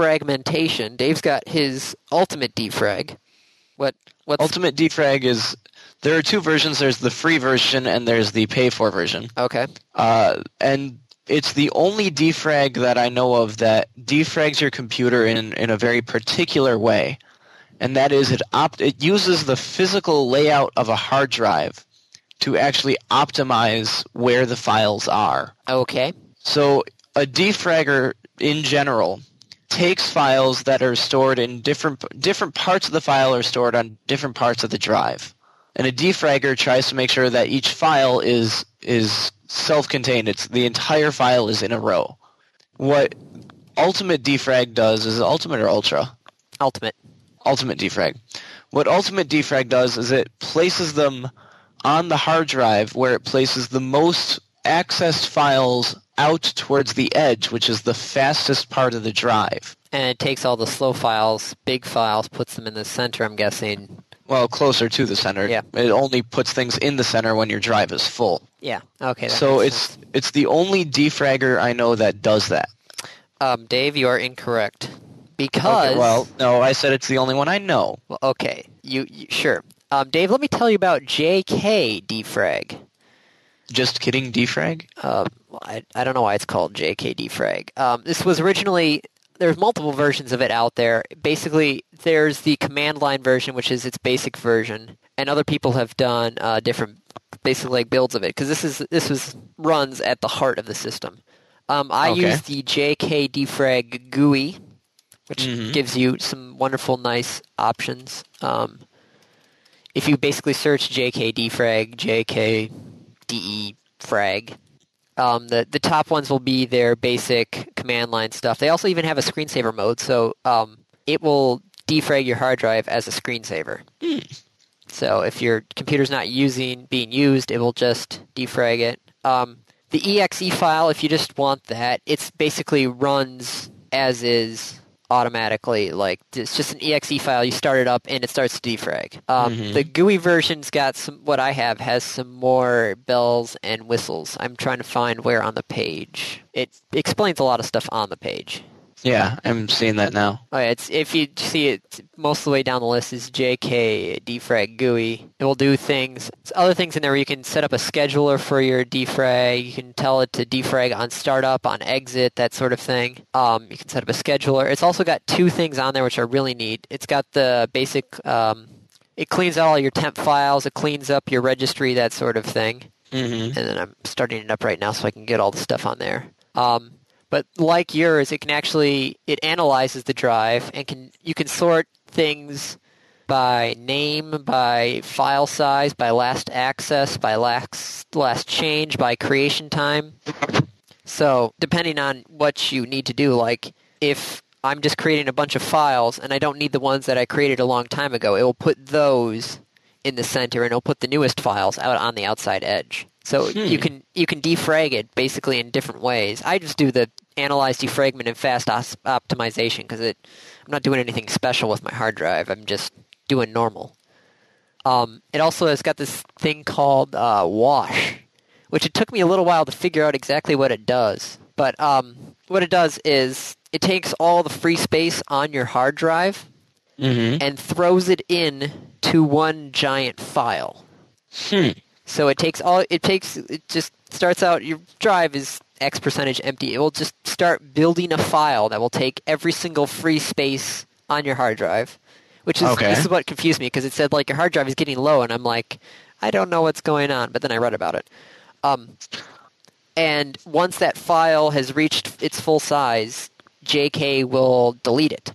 A: defragmentation. Dave's got his ultimate defrag. What what's
B: Ultimate Defrag is there are two versions. There's the free version and there's the pay for version.
A: Okay.
B: Uh, and it's the only defrag that I know of that defrags your computer in, in a very particular way. And that is it opt it uses the physical layout of a hard drive to actually optimize where the files are.
A: Okay.
B: So a defragger in general takes files that are stored in different different parts of the file are stored on different parts of the drive. And a defragger tries to make sure that each file is is self-contained. It's the entire file is in a row. What Ultimate Defrag does is it Ultimate or Ultra?
A: Ultimate.
B: Ultimate Defrag. What Ultimate Defrag does is it places them on the hard drive where it places the most accessed files out towards the edge, which is the fastest part of the drive.
A: And it takes all the slow files, big files, puts them in the center, I'm guessing.
B: Well, closer to the center.
A: Yeah.
B: It only puts things in the center when your drive is full.
A: Yeah. Okay. that
B: So
A: makes
B: it's
A: sense.
B: it's the only defragger I know that does that.
A: um, Dave, you are incorrect. Because
B: Okay, well, no, I said it's the only one I know.
A: Well, okay. You, you sure. Um, Dave, let me tell you about JK defrag.
B: Just kidding, defrag.
A: Um, well, I, I don't know why it's called JKD Frag. Um, this was originally there's multiple versions of it out there. Basically, there's the command line version, which is its basic version, and other people have done uh, different, basically like builds of it because this is this was runs at the heart of the system. Um, I
B: Okay.
A: use the JKD Frag GUI, which
B: Mhm.
A: gives you some wonderful, nice options. Um, if you basically search JKD Frag, JKDE Frag, um, the the top ones will be their basic command line stuff. They also even have a screensaver mode, so um, it will defrag your hard drive as a screensaver. So if your computer's not using being used, it will just defrag it. Um, the exe file, if you just want that, it's basically runs as is automatically. Like it's just an exe file. You start it up and it starts to defrag. Um,
B: Mhm.
A: The GUI version's got some. What I have has some more bells and whistles. I'm trying to find where on the page. It explains a lot of stuff on the page.
B: Yeah, I'm seeing that now.
A: Oh, yeah, it's if you see it most of the way down the list is JK defrag GUI. It will do things. There's other things in there where you can set up a scheduler for your defrag. You can tell it to defrag on startup, on exit, that sort of thing. Um, you can set up a scheduler. It's also got two things on there which are really neat. It's got the basic. Um, it cleans out all your temp files. It cleans up your registry, that sort of thing
B: Mm-hmm.
A: and then I'm starting it up right now so I can get all the stuff on there. Um, but like yours, it can actually it analyzes the drive and can you can sort things by name, by file size, by last access, by last last change, by creation time. So depending on what you need to do, like if I'm just creating a bunch of files and I don't need the ones that I created a long time ago, it will put those in the center and it'll put the newest files out on the outside edge. So you can you can defrag it basically in different ways. I just do the analyze defragment and fast os- optimization because it I'm not doing anything special with my hard drive. I'm just doing normal. Um, it also has got this thing called uh, wash, which it took me a little while to figure out exactly what it does. But um, what it does is it takes all the free space on your hard drive
B: Mm-hmm.
A: and throws it in to one giant file.
B: Hmm.
A: So it takes all it takes it just starts out your drive is X percentage empty. It will just start building a file that will take every single free space on your hard drive. Which is
B: Okay.
A: this is what confused me because it said like your hard drive is getting low and I'm like, I don't know what's going on, but then I read about it. Um, and once that file has reached its full size, JK will delete it.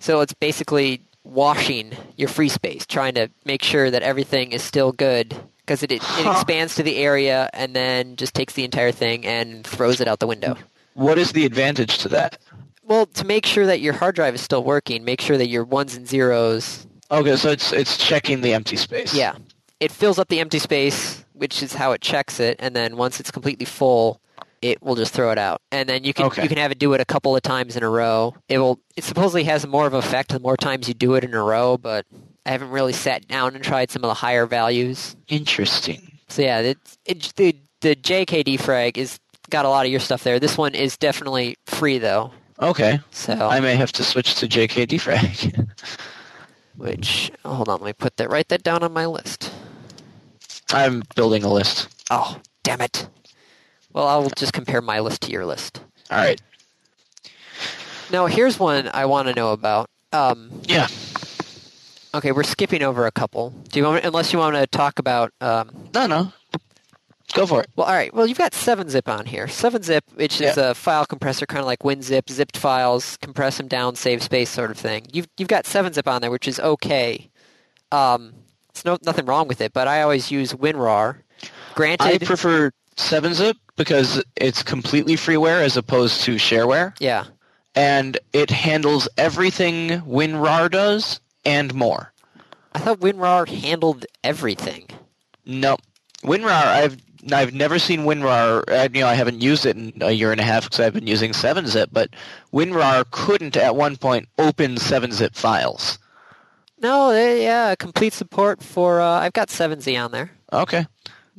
A: So it's basically washing your free space, trying to make sure that everything is still good because it, it, it
B: Huh.
A: expands to the area and then just takes the entire thing and throws it out the window.
B: What is the advantage to that?
A: Well, to make sure that your hard drive is still working, make sure that your ones and zeros,
B: Okay, so it's it's checking the empty space.
A: yeah, it fills up the empty space, which is how it checks it, and then once it's completely full, it will just throw it out. And then you can
B: Okay.
A: you can have it do it a couple of times in a row. It will it supposedly has more of an effect the more times you do it in a row, but I haven't really sat down and tried some of the higher values.
B: Interesting.
A: So yeah, it, it, the the JKD frag is got a lot of your stuff there. This one is definitely free though.
B: Okay.
A: So
B: I may have to switch to JK defrag.
A: which hold on, let me put that write that down on my list.
B: I'm building a list.
A: Oh, damn it. Well, I'll just compare my list to your list.
B: All right.
A: Now, here's one I want to know about. Um,
B: Yeah.
A: okay, we're skipping over a couple. Do you want, unless you want to talk about? Um,
B: No, no. Go for it.
A: well, all right. Well, you've got 7-zip on here. 7-zip, which is a file compressor, kind of like WinZip, zipped files, compress them down, save space, sort of thing. You've you've got 7-zip on there, which is okay. Um, it's no nothing wrong with it, but I always use WinRAR.
B: I
A: Granted,
B: prefer 7-zip because it's completely freeware as opposed to shareware.
A: yeah.
B: and it handles everything WinRAR does and more.
A: I thought WinRAR handled everything.
B: No, WinRAR. I've I've never seen WinRAR. I, you know, I haven't used it in a year and a half because I've been using 7-zip. But WinRAR couldn't at one point open 7-zip files.
A: No, eh, yeah, complete support for. Uh, I've got 7Z on there.
B: Okay,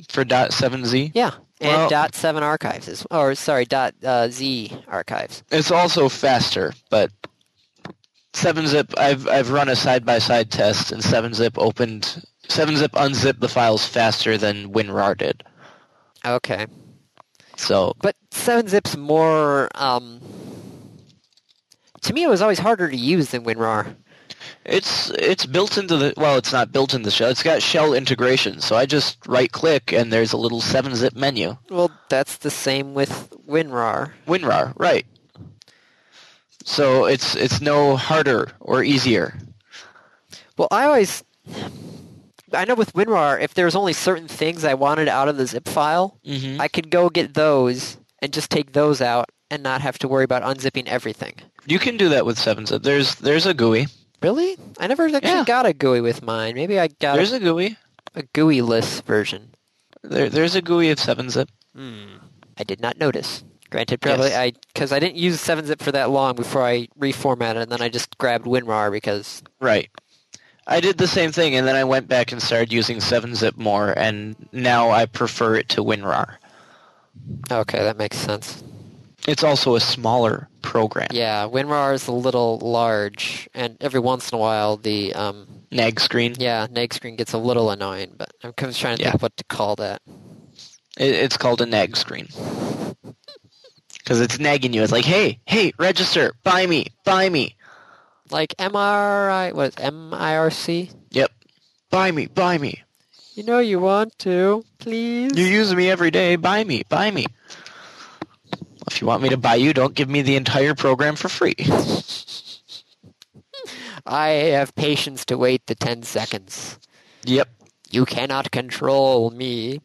B: for dot .7z.
A: Yeah,
B: Well-
A: and dot .7 archives is, or sorry, dot uh, .Z archives.
B: It's also faster, but 7-zip. I've I've run a side by side test, and 7-zip opened 7-zip unzipped the files faster than WinRAR did.
A: Okay,
B: So
A: but 7-Zip's more. Um, to me, it was always harder to use than WinRAR.
B: It's it's built into the well, it's not built into the shell. It's got shell integration. So I just right click and there's a little seven zip menu.
A: Well, that's the same with WinRAR.
B: WinRAR, right. So it's it's no harder or easier.
A: Well, I always, I know with WinRAR, if there's only certain things I wanted out of the zip file,
B: Mm-hmm.
A: I could go get those and just take those out and not have to worry about unzipping everything.
B: You can do that with seven zip. There's there's a GUI.
A: Really? I never actually
B: Yeah.
A: got a GUI with mine. Maybe I got
B: There's
A: a,
B: a GUI.
A: a GUI-less version.
B: There, there's a GUI of seven zip.
A: Hmm. I did not notice. Granted, probably
B: Yes.
A: I because I didn't use 7-zip for that long before I reformatted, and then I just grabbed WinRAR because
B: Right. I did the same thing and then I went back and started using seven zip more and now I prefer it to WinRAR.
A: okay, that makes sense.
B: It's also a smaller program.
A: Yeah, WinRAR is a little large, and every once in a while the um,
B: Nag screen.
A: yeah neg screen gets a little annoying. But I'm kind of trying to
B: Yeah.
A: think what to call that.
B: It, it's called a nag screen. Because it's nagging you. It's like, hey, hey, register, buy me, buy me.
A: Like MRI, what is MIRC?
B: Yep. Buy me, buy me.
A: You know you want to, please.
B: You use me every day, buy me, buy me. If you want me to buy you, don't give me the entire program for free.
A: I have patience to wait the 10 seconds.
B: Yep.
A: You cannot control me.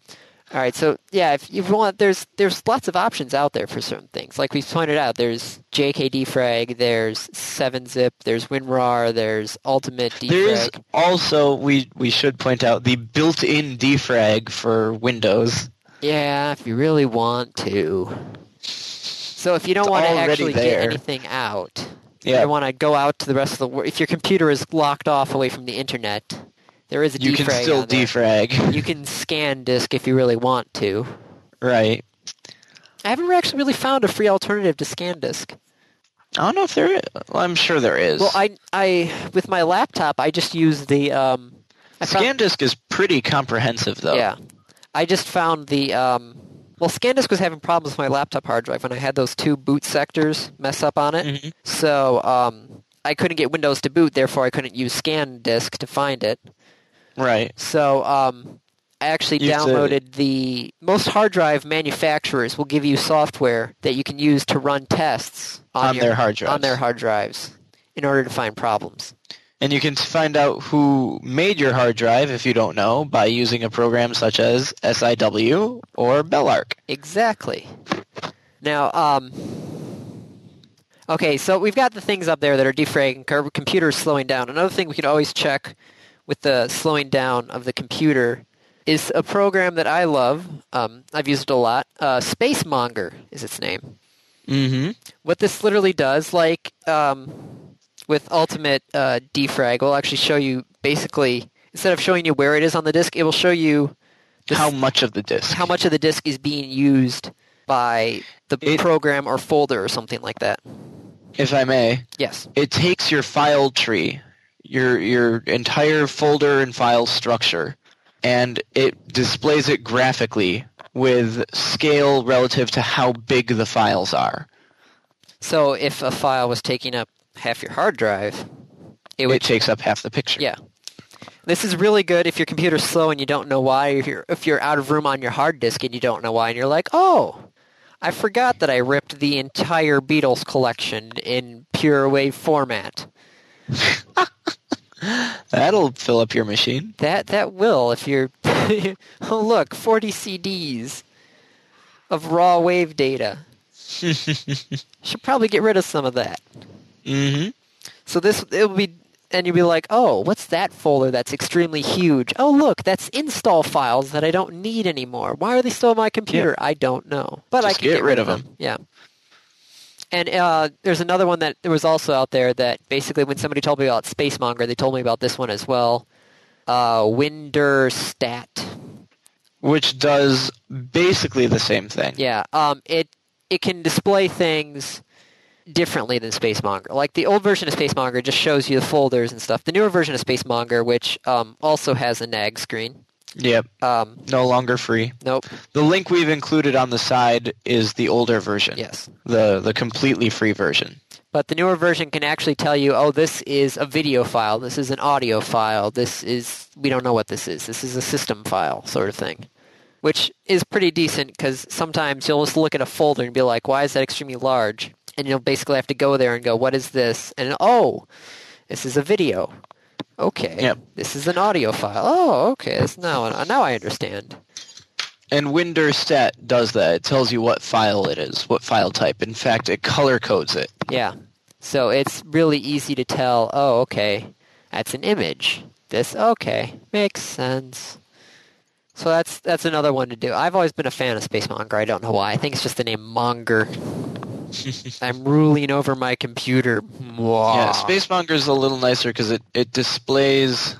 A: All right, so yeah, if you want, there's there's lots of options out there for certain things. Like we've pointed out, there's JKD frag, there's 7-zip, there's WinRAR, there's Ultimate defrag.
B: There is also, we, we should point out, the built-in defrag for Windows.
A: Yeah, if you really want to. So if you don't
B: It's
A: want to
B: already
A: actually
B: there.
A: get anything out,
B: Yeah.
A: you want to go out to the rest of the world. If your computer is locked off away from the internet, there is a
B: You can
A: defrag
B: still
A: on there.
B: defrag.
A: You can scan disk if you really want to.
B: Right.
A: I haven't actually really found a free alternative to scan disk.
B: I don't know if there is. Well, I'm sure there is.
A: Well, I, I, with my laptop, I just use the, um, I found-
B: ScanDisk is pretty comprehensive, though.
A: Yeah. I just found the um well ScanDisk was having problems with my laptop hard drive when I had those two boot sectors mess up on it.
B: Mhm.
A: So um I couldn't get Windows to boot, therefore I couldn't use ScanDisk to find it.
B: Right.
A: So um I actually
B: You said-
A: downloaded the most hard drive manufacturers will give you software that you can use to run tests on,
B: On
A: your-
B: their hard
A: on their
B: drives.
A: hard drives in order to find problems.
B: And you can find out who made your hard drive, if you don't know, by using a program such as SIW or Bellarc.
A: Exactly. Now, um, okay, so we've got the things up there that are defragging, cur- computer slowing down. Another thing we can always check with the slowing down of the computer is a program that I love. Um, I've used it a lot. Uh, SpaceMonger is its name.
B: Mm-hmm.
A: What this literally does, like um, with Ultimate uh, Defrag, will actually show you basically instead of showing you where it is on the disk, it will show you the
B: How much of the disk?
A: how much of the disk is being used by the
B: It-
A: program or folder or something like that.
B: If I may,
A: Yes.
B: it takes your file tree, your your entire folder and file structure, and it displays it graphically with scale relative to how big the files are.
A: So if a file was taking up half your hard drive, it would
B: It takes up half the picture.
A: yeah. This is really good if your computer's slow and you don't know why. If you're if you're out of room on your hard disk and you don't know why, and you're like, oh, I forgot that I ripped the entire Beatles collection in pure wave format.
B: That'll fill up your machine.
A: That that will if you're. oh look, 40 CDs of raw wave data. Should probably get rid of some of that.
B: hmm
A: So this it'll be and you'll be like, "Oh, what's that folder that's extremely huge? Oh, look, that's install files that I don't need anymore. Why are they still on my computer? I don't know, but I
B: Just
A: can get, rid of them. Yeah. And uh, there's another one that there was also out there that basically when somebody told me about SpaceMonger, they told me about this one as well. Uh, WinderStat.
B: Which does basically the same thing.
A: Yeah. Um, it it can display things differently than SpaceMonger. Like the old version of SpaceMonger just shows you the folders and stuff. The newer version of SpaceMonger, which um, also has a nag screen.
B: Yep.
A: Um,
B: No longer free.
A: nope.
B: The link we've included on the side is the older version.
A: Yes.
B: The the completely free version.
A: But the newer version can actually tell you, oh, this is a video file. This is an audio file. This is we don't know what this is. This is a system file sort of thing. Which is pretty decent because sometimes you'll just look at a folder and be like, why is that extremely large? And you'll basically have to go there and go, what is this? And oh, this is a video. Okay.
B: Yep.
A: This is an audio file. Oh, okay. This, now, now I understand.
B: And WinderStat does that. It tells you what file it is, what file type. In fact, it color codes it.
A: Yeah. So it's really easy to tell, oh, okay, that's an image. This, okay, makes sense. So that's that's another one to do. I've always been a fan of Space Monger. I don't know why. I think it's just the name Monger. I'm ruling over my computer. Mwah.
B: Yeah, Spacemonger is a little nicer because it, it displays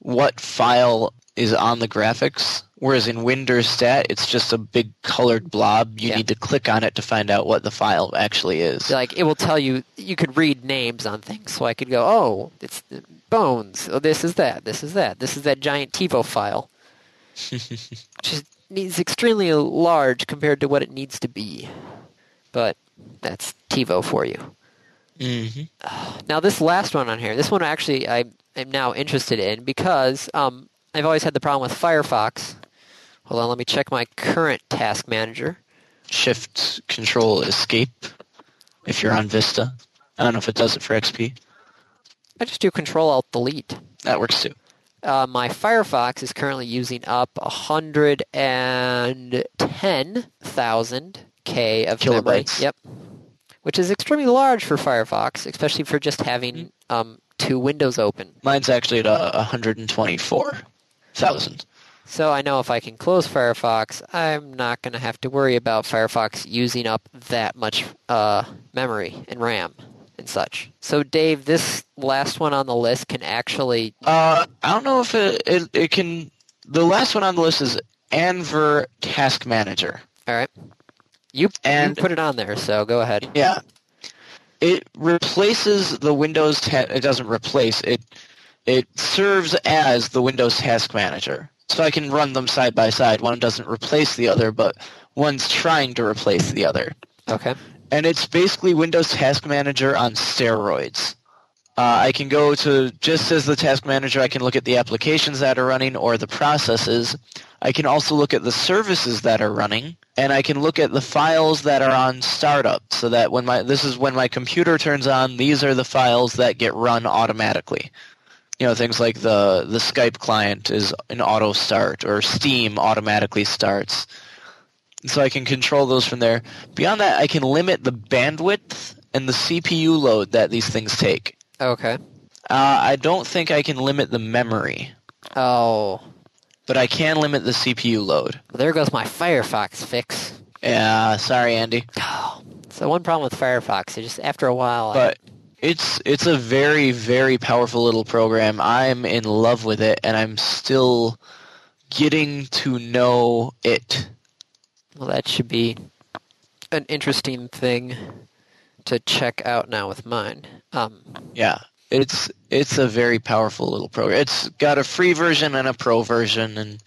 B: what file is on the graphics, whereas in WinderStat, it's just a big colored blob. You
A: Yeah.
B: need to click on it to find out what the file actually is.
A: Like it will tell you. You could read names on things. So I could go, oh, it's bones. Oh, this is that. This is that. This is that giant TiVo file, which is needs extremely large compared to what it needs to be. But that's TiVo for you.
B: Mm-hmm.
A: Now this last one on here, this one actually I am now interested in because um, I've always had the problem with Firefox. Hold on, let me check my current task manager.
B: Shift, Control, Escape, if you're on Vista. I don't know if it does it for XP.
A: I just do Control Alt Delete.
B: That works too.
A: uh, my Firefox is currently using up 110,000 K of memory.
B: Kilobytes.
A: Yep. Which is extremely large for Firefox, especially for just having
B: Mm-hmm.
A: um, two windows open.
B: Mine's actually at uh, 124,000.
A: So I know if I can close Firefox, I'm not going to have to worry about Firefox using up that much uh, memory and RAM and such. So Dave, this last one on the list can actually
B: Uh, I don't know if it, it, it can. The last one on the list is Anver Task Manager.
A: all right. You,
B: And-
A: you put it on there, so go ahead.
B: Yeah. It replaces the Windows ta- it doesn't replace it it serves as the Windows Task Manager. So I can run them side by side. One doesn't replace the other, but one's trying to replace the other.
A: Okay.
B: And it's basically Windows Task Manager on steroids. Uh, I can go to, just as the task manager, I can look at the applications that are running or the processes. I can also look at the services that are running, and I can look at the files that are on startup so that when my, this is when my computer turns on, these are the files that get run automatically. You know, things like the, the Skype client is an auto start or Steam automatically starts. So I can control those from there. Beyond that, I can limit the bandwidth and the CPU load that these things take.
A: Okay.
B: Uh, I don't think I can limit the memory,
A: Oh,
B: but I can limit the CPU load.
A: there goes my Firefox fix.
B: Yeah, sorry, Andy,
A: So one problem with Firefox is just after a while, I-
B: Oh. but it's it's a very very powerful little program. I'm in love with it, and I'm still getting to know it.
A: well, that should be an interesting thing to check out now with mine. Um,
B: Yeah, it's it's a very powerful little program. It's got a free version and a pro version, and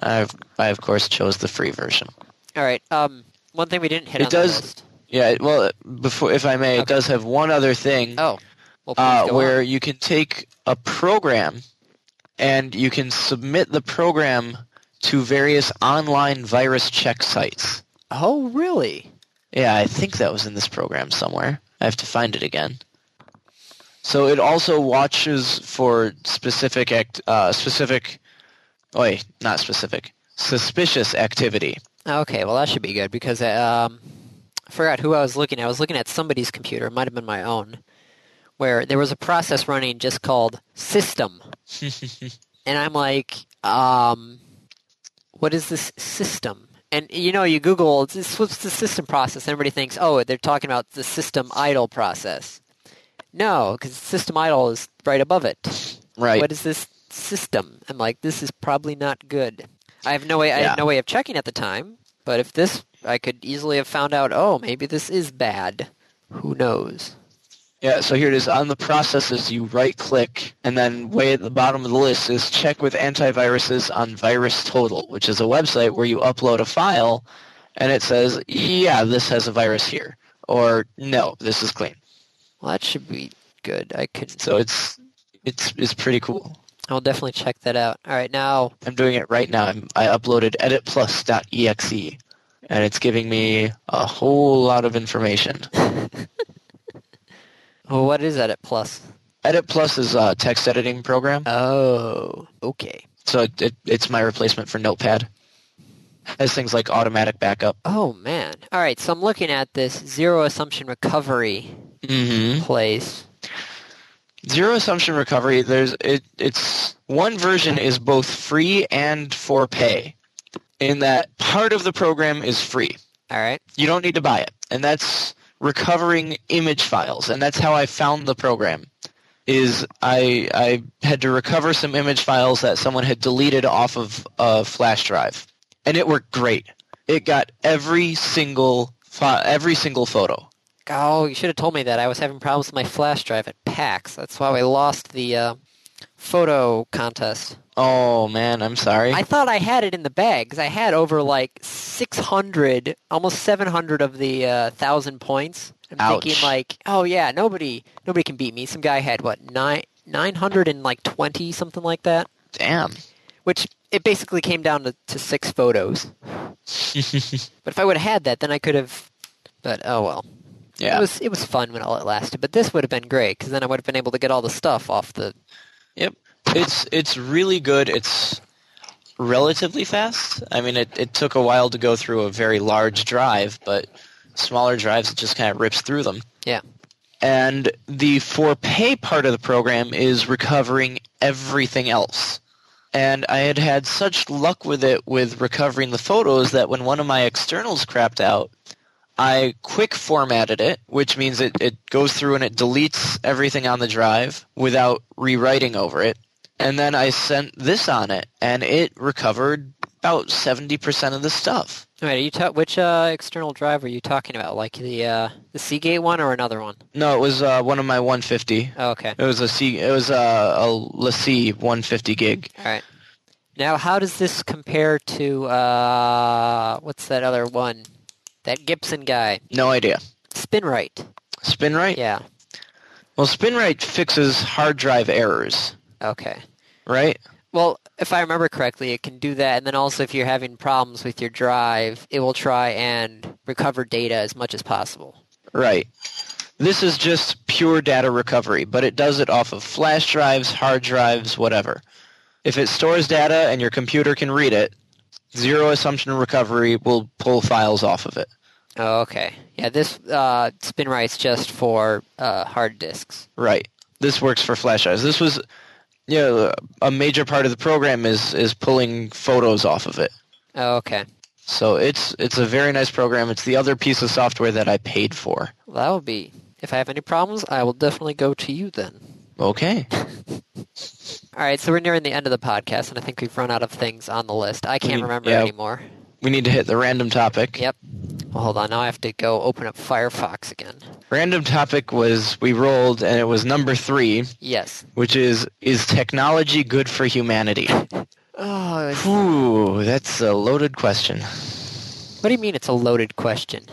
B: I I of course chose the free version.
A: all right. Um, one thing we didn't hit
B: It
A: on
B: does-
A: the list.
B: Yeah, well, before if I may, it
A: Okay.
B: does have one other thing.
A: Oh, well, please
B: uh,
A: go
B: where
A: on.
B: you can take a program and you can submit the program to various online virus check sites.
A: Oh, really?
B: Yeah, I think that was in this program somewhere. I have to find it again. So it also watches for specific act, uh, specific, oi, not specific, suspicious activity.
A: Okay, well that should be good because um, forgot who I was looking at. I was looking at somebody's computer. It might have been my own, where there was a process running just called system, and I'm like, um, what is this system? And you know, you Google this, what's the system process. Everybody thinks, oh, they're talking about the system idle process. No, because system idle is right above it.
B: Right.
A: What is this system? I'm like, this is probably not good. I have no way. I
B: Yeah.
A: had no way of checking at the time. But if this, I could easily have found out. Oh, maybe this is bad. Who knows?
B: Yeah, so here it is. On the processes, you right-click, and then way at the bottom of the list is check with antiviruses on Virus Total, which is a website where you upload a file, and it says, yeah, this has a virus here, or no, this is clean.
A: Well, that should be good. I could.
B: So it's it's it's pretty cool.
A: I'll definitely check that out. All right, now
B: I'm doing it right now. I'm, I uploaded editplus.exe, E, and it's giving me a whole lot of information.
A: Well, what is that at plus?
B: Edit Plus is a text editing program.
A: Oh, okay.
B: So it, it, it's my replacement for Notepad. Has things like automatic backup.
A: Oh man. All right, so I'm looking at this zero assumption recovery
B: Mm-hmm.
A: place.
B: Zero assumption recovery. There's it. It's one version is both free and for pay. In that part of the program is free.
A: All right.
B: You don't need to buy it, and that's recovering image files. And that's how I found the program. Is I I had to recover some image files that someone had deleted off of a flash drive, and it worked great. It got every single fi- every single photo.
A: Oh, you should have told me that. I was having problems with my flash drive at PAX. That's why we lost the uh, photo contest.
B: Oh man, I'm sorry.
A: I thought I had it in the bag 'cause I had over like 600, almost 700 of the uh, thousand points. I'm
B: Ouch.
A: thinking like, oh yeah, nobody, nobody can beat me. Some guy had what nine, nine hundred and like twenty, something like that.
B: Damn.
A: which it basically came down to, to six photos. But if I would have had that, then I could have. But oh well,
B: yeah.
A: it was it was fun when all it lasted. But this would have been great because then I would have been able to get all the stuff off the.
B: Yep. It's it's really good. It's relatively fast. I mean, it, it took a while to go through a very large drive, but smaller drives it just kind of rips through them.
A: Yeah.
B: And the for pay part of the program is recovering everything else. And I had had such luck with it with recovering the photos that when one of my externals crapped out, I quick formatted it, which means it, it goes through and it deletes everything on the drive without rewriting over it. And then I sent this on it, and it recovered about 70% of the stuff.
A: All right, are you ta- which uh, external drive are you talking about? Like the uh, the Seagate one or another one?
B: No, it was uh, one of my 150.
A: Oh, okay,
B: It was a C. It was a, a LaCie 150 gig.
A: all right. Now, how does this compare to uh, what's that other one? That Gibson guy,
B: No idea.
A: Spinrite.
B: Spinrite.
A: Yeah.
B: Well, Spinrite fixes hard drive errors,
A: Okay.
B: right?
A: Well, if I remember correctly, it can do that, and then also if you're having problems with your drive, it will try and recover data as much as possible.
B: Right. This is just pure data recovery, but it does it off of flash drives, hard drives, whatever. If it stores data and your computer can read it, zero assumption recovery will pull files off of it.
A: Oh, okay. Yeah, this uh, spin write's just for uh, hard disks.
B: Right. This works for flash drives. This was, you know, a major part of the program is is pulling photos off of it.
A: Oh, okay.
B: So it's it's a very nice program. It's the other piece of software that I paid for.
A: Well, that will be. If I have any problems, I will definitely go to you then.
B: Okay.
A: All right, so we're nearing the end of the podcast, and I think we've run out of things on the list. I can't
B: Mm,
A: remember
B: yeah.
A: anymore.
B: We need to hit the random topic.
A: Yep. Well, hold on. Now I have to go open up Firefox again.
B: Random topic was we rolled and it was number three,
A: Yes.
B: which is is technology good for humanity?
A: Oh, it's-
B: Ooh, that's a loaded question.
A: what do you mean it's a loaded question?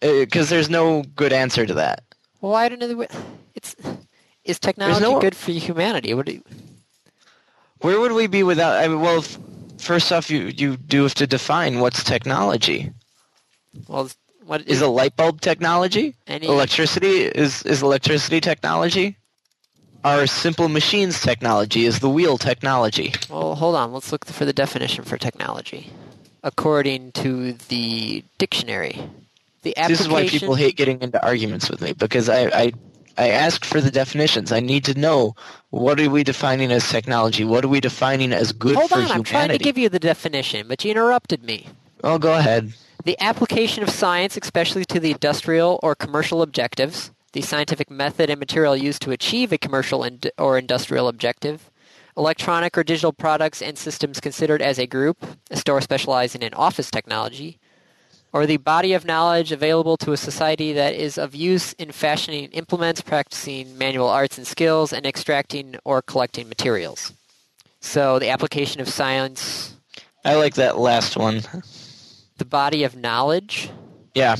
B: Because Uh, there's no good answer to that.
A: Well, I don't know. the way- It's is technology
B: no-
A: good for humanity? What do you,
B: Where would we be without? I mean, well, f- first off, you you do have to define what's technology.
A: well, it's- what
B: Is a light bulb technology?
A: any
B: Electricity is is electricity technology. Our simple machines technology is the wheel technology.
A: well, hold on. Let's look for the definition for technology, according to the dictionary. The
B: This is
A: application.
B: why people hate getting into arguments with me because I, I I ask for the definitions. I need to know what are we defining as technology? What are we defining as good
A: Hold
B: for
A: on,
B: humanity?
A: I'm trying to give you the definition, but you interrupted me.
B: oh, go ahead.
A: The application of science, especially to the industrial or commercial objectives, the scientific method and material used to achieve a commercial ind- or industrial objective, electronic or digital products and systems considered as a group, a store specializing in office technology, or the body of knowledge available to a society that is of use in fashioning implements, practicing manual arts and skills, and extracting or collecting materials. So the application of science,
B: I like that last one.
A: the body of knowledge,
B: Yeah.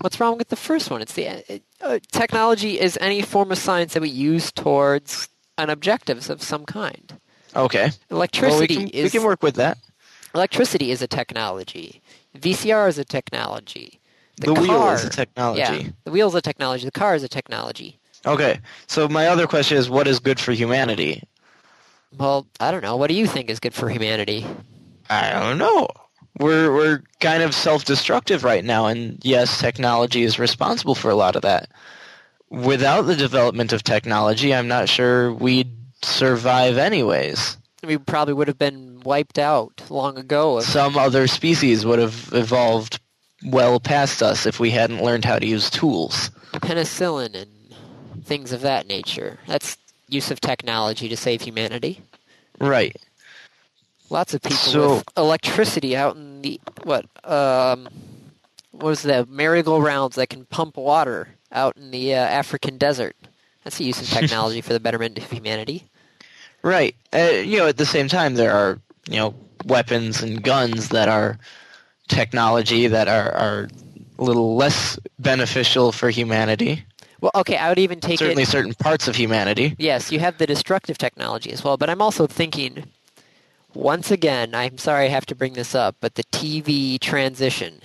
A: What's wrong with the first one? It's the it, uh, technology is any form of science that we use towards an objectives of some kind.
B: Okay. Well, we
A: Electricity
B: can, we
A: is
B: can work with that.
A: electricity is a technology. VCR is a technology.
B: The, wheel is
A: car-
B: a technology.
A: Yeah, the wheel is a technology. The car is a technology.
B: Okay. So my other question is, what is good for humanity?
A: Well, I don't know. What do you think is good for humanity?
B: I don't know. We're we're kind of self-destructive right now, and yes, technology is responsible for a lot of that. Without the development of technology, I'm not sure we'd survive anyways.
A: We probably would have been wiped out long ago. If,
B: Some other species would have evolved well past us if we hadn't learned how to use tools.
A: penicillin and things of that nature. That's use of technology to save humanity.
B: Right.
A: Lots of people
B: So-
A: with electricity out in the what? Um, what was that? Merry-go-rounds that can pump water out in the uh, African desert. That's the use of technology for the betterment of humanity.
B: Right. Uh, you know, at the same time, there are you know weapons and guns that are technology that are are a little less beneficial for humanity.
A: Well, okay, I would even take
B: Certainly,
A: it.
B: certain parts of humanity.
A: Yes, you have the destructive technology as well, but I'm also thinking. Once again, I'm sorry I have to bring this up, but the TV transition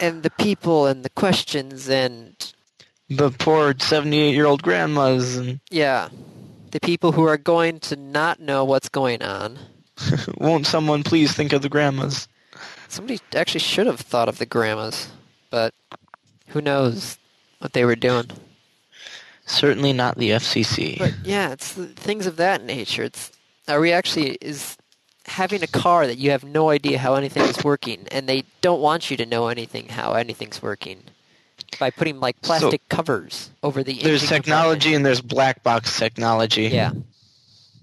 A: and the people and the questions and
B: the poor seventy-eight-year-old grandmas. And
A: Yeah. The people who are going to not know what's going on.
B: won't someone please think of the grandmas?
A: Somebody actually should have thought of the grandmas, but who knows what they were doing.
B: Certainly not the FCC.
A: But yeah, it's the things of that nature. It's are we actually is having a car that you have no idea how anything is working and they don't want you to know anything how anything's working by putting like plastic covers over the
B: There's
A: engine
B: technology
A: compartment.
B: and there's black box technology.
A: Yeah.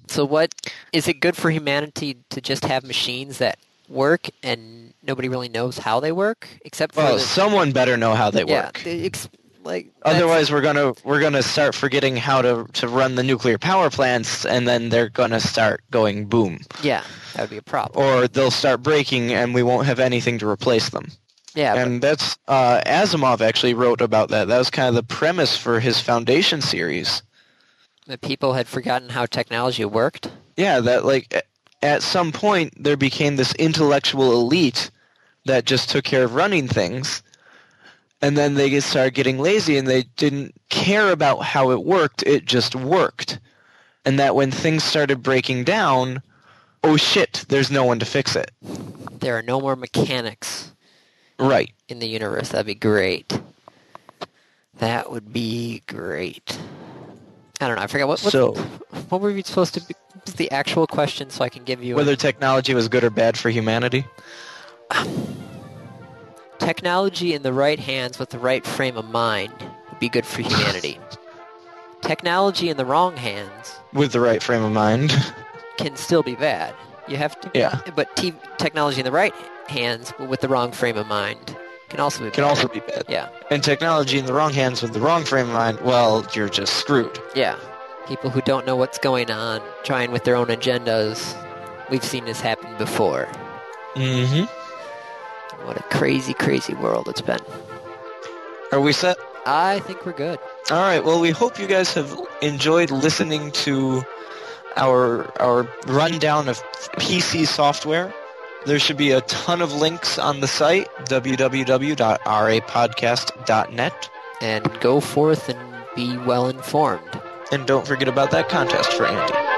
A: So what is it good for humanity to just have machines that work and nobody really knows how they work except for
B: Well,
A: the,
B: someone better know how they
A: yeah,
B: work.
A: the ex- like that's-
B: Otherwise, we're gonna we're gonna start forgetting how to to run the nuclear power plants, and then they're gonna start going boom,
A: yeah, that would be a problem.
B: or they'll start breaking, and we won't have anything to replace them.
A: yeah, but-
B: And that's uh, Asimov actually wrote about that. That was kind of the premise for his Foundation series.
A: the people had forgotten how technology worked.
B: Yeah, that like a- at some point there became this intellectual elite that just took care of running things. And then they just started getting lazy and they didn't care about how it worked. It just worked. And that when things started breaking down, oh shit, there's no one to fix it.
A: There are no more mechanics
B: Right.
A: in the universe. That'd be great. That would be great. I don't know. I forgot what what's,
B: So-
A: what were we supposed to be what's the actual question so I can give you an
B: Whether technology was good or bad for humanity.
A: Technology in the right hands with the right frame of mind would be good for humanity. Technology in the wrong hands
B: With the right frame of mind.
A: can still be bad. You have to,
B: Yeah.
A: But t- technology in the right hands but with the wrong frame of mind can also be
B: Can
A: bad.
B: also be bad.
A: yeah,
B: And technology in the wrong hands with the wrong frame of mind, well, you're just screwed.
A: yeah. People who don't know what's going on, trying with their own agendas. We've seen this happen before.
B: Mm-hmm.
A: What a crazy, crazy world it's been.
B: Are we set?
A: I think we're good.
B: All right. Well, we hope you guys have enjoyed listening to our our rundown of PC software. There should be a ton of links on the site www.rapodcast.net,
A: And go forth and be well informed.
B: and don't forget about that contest for Andy.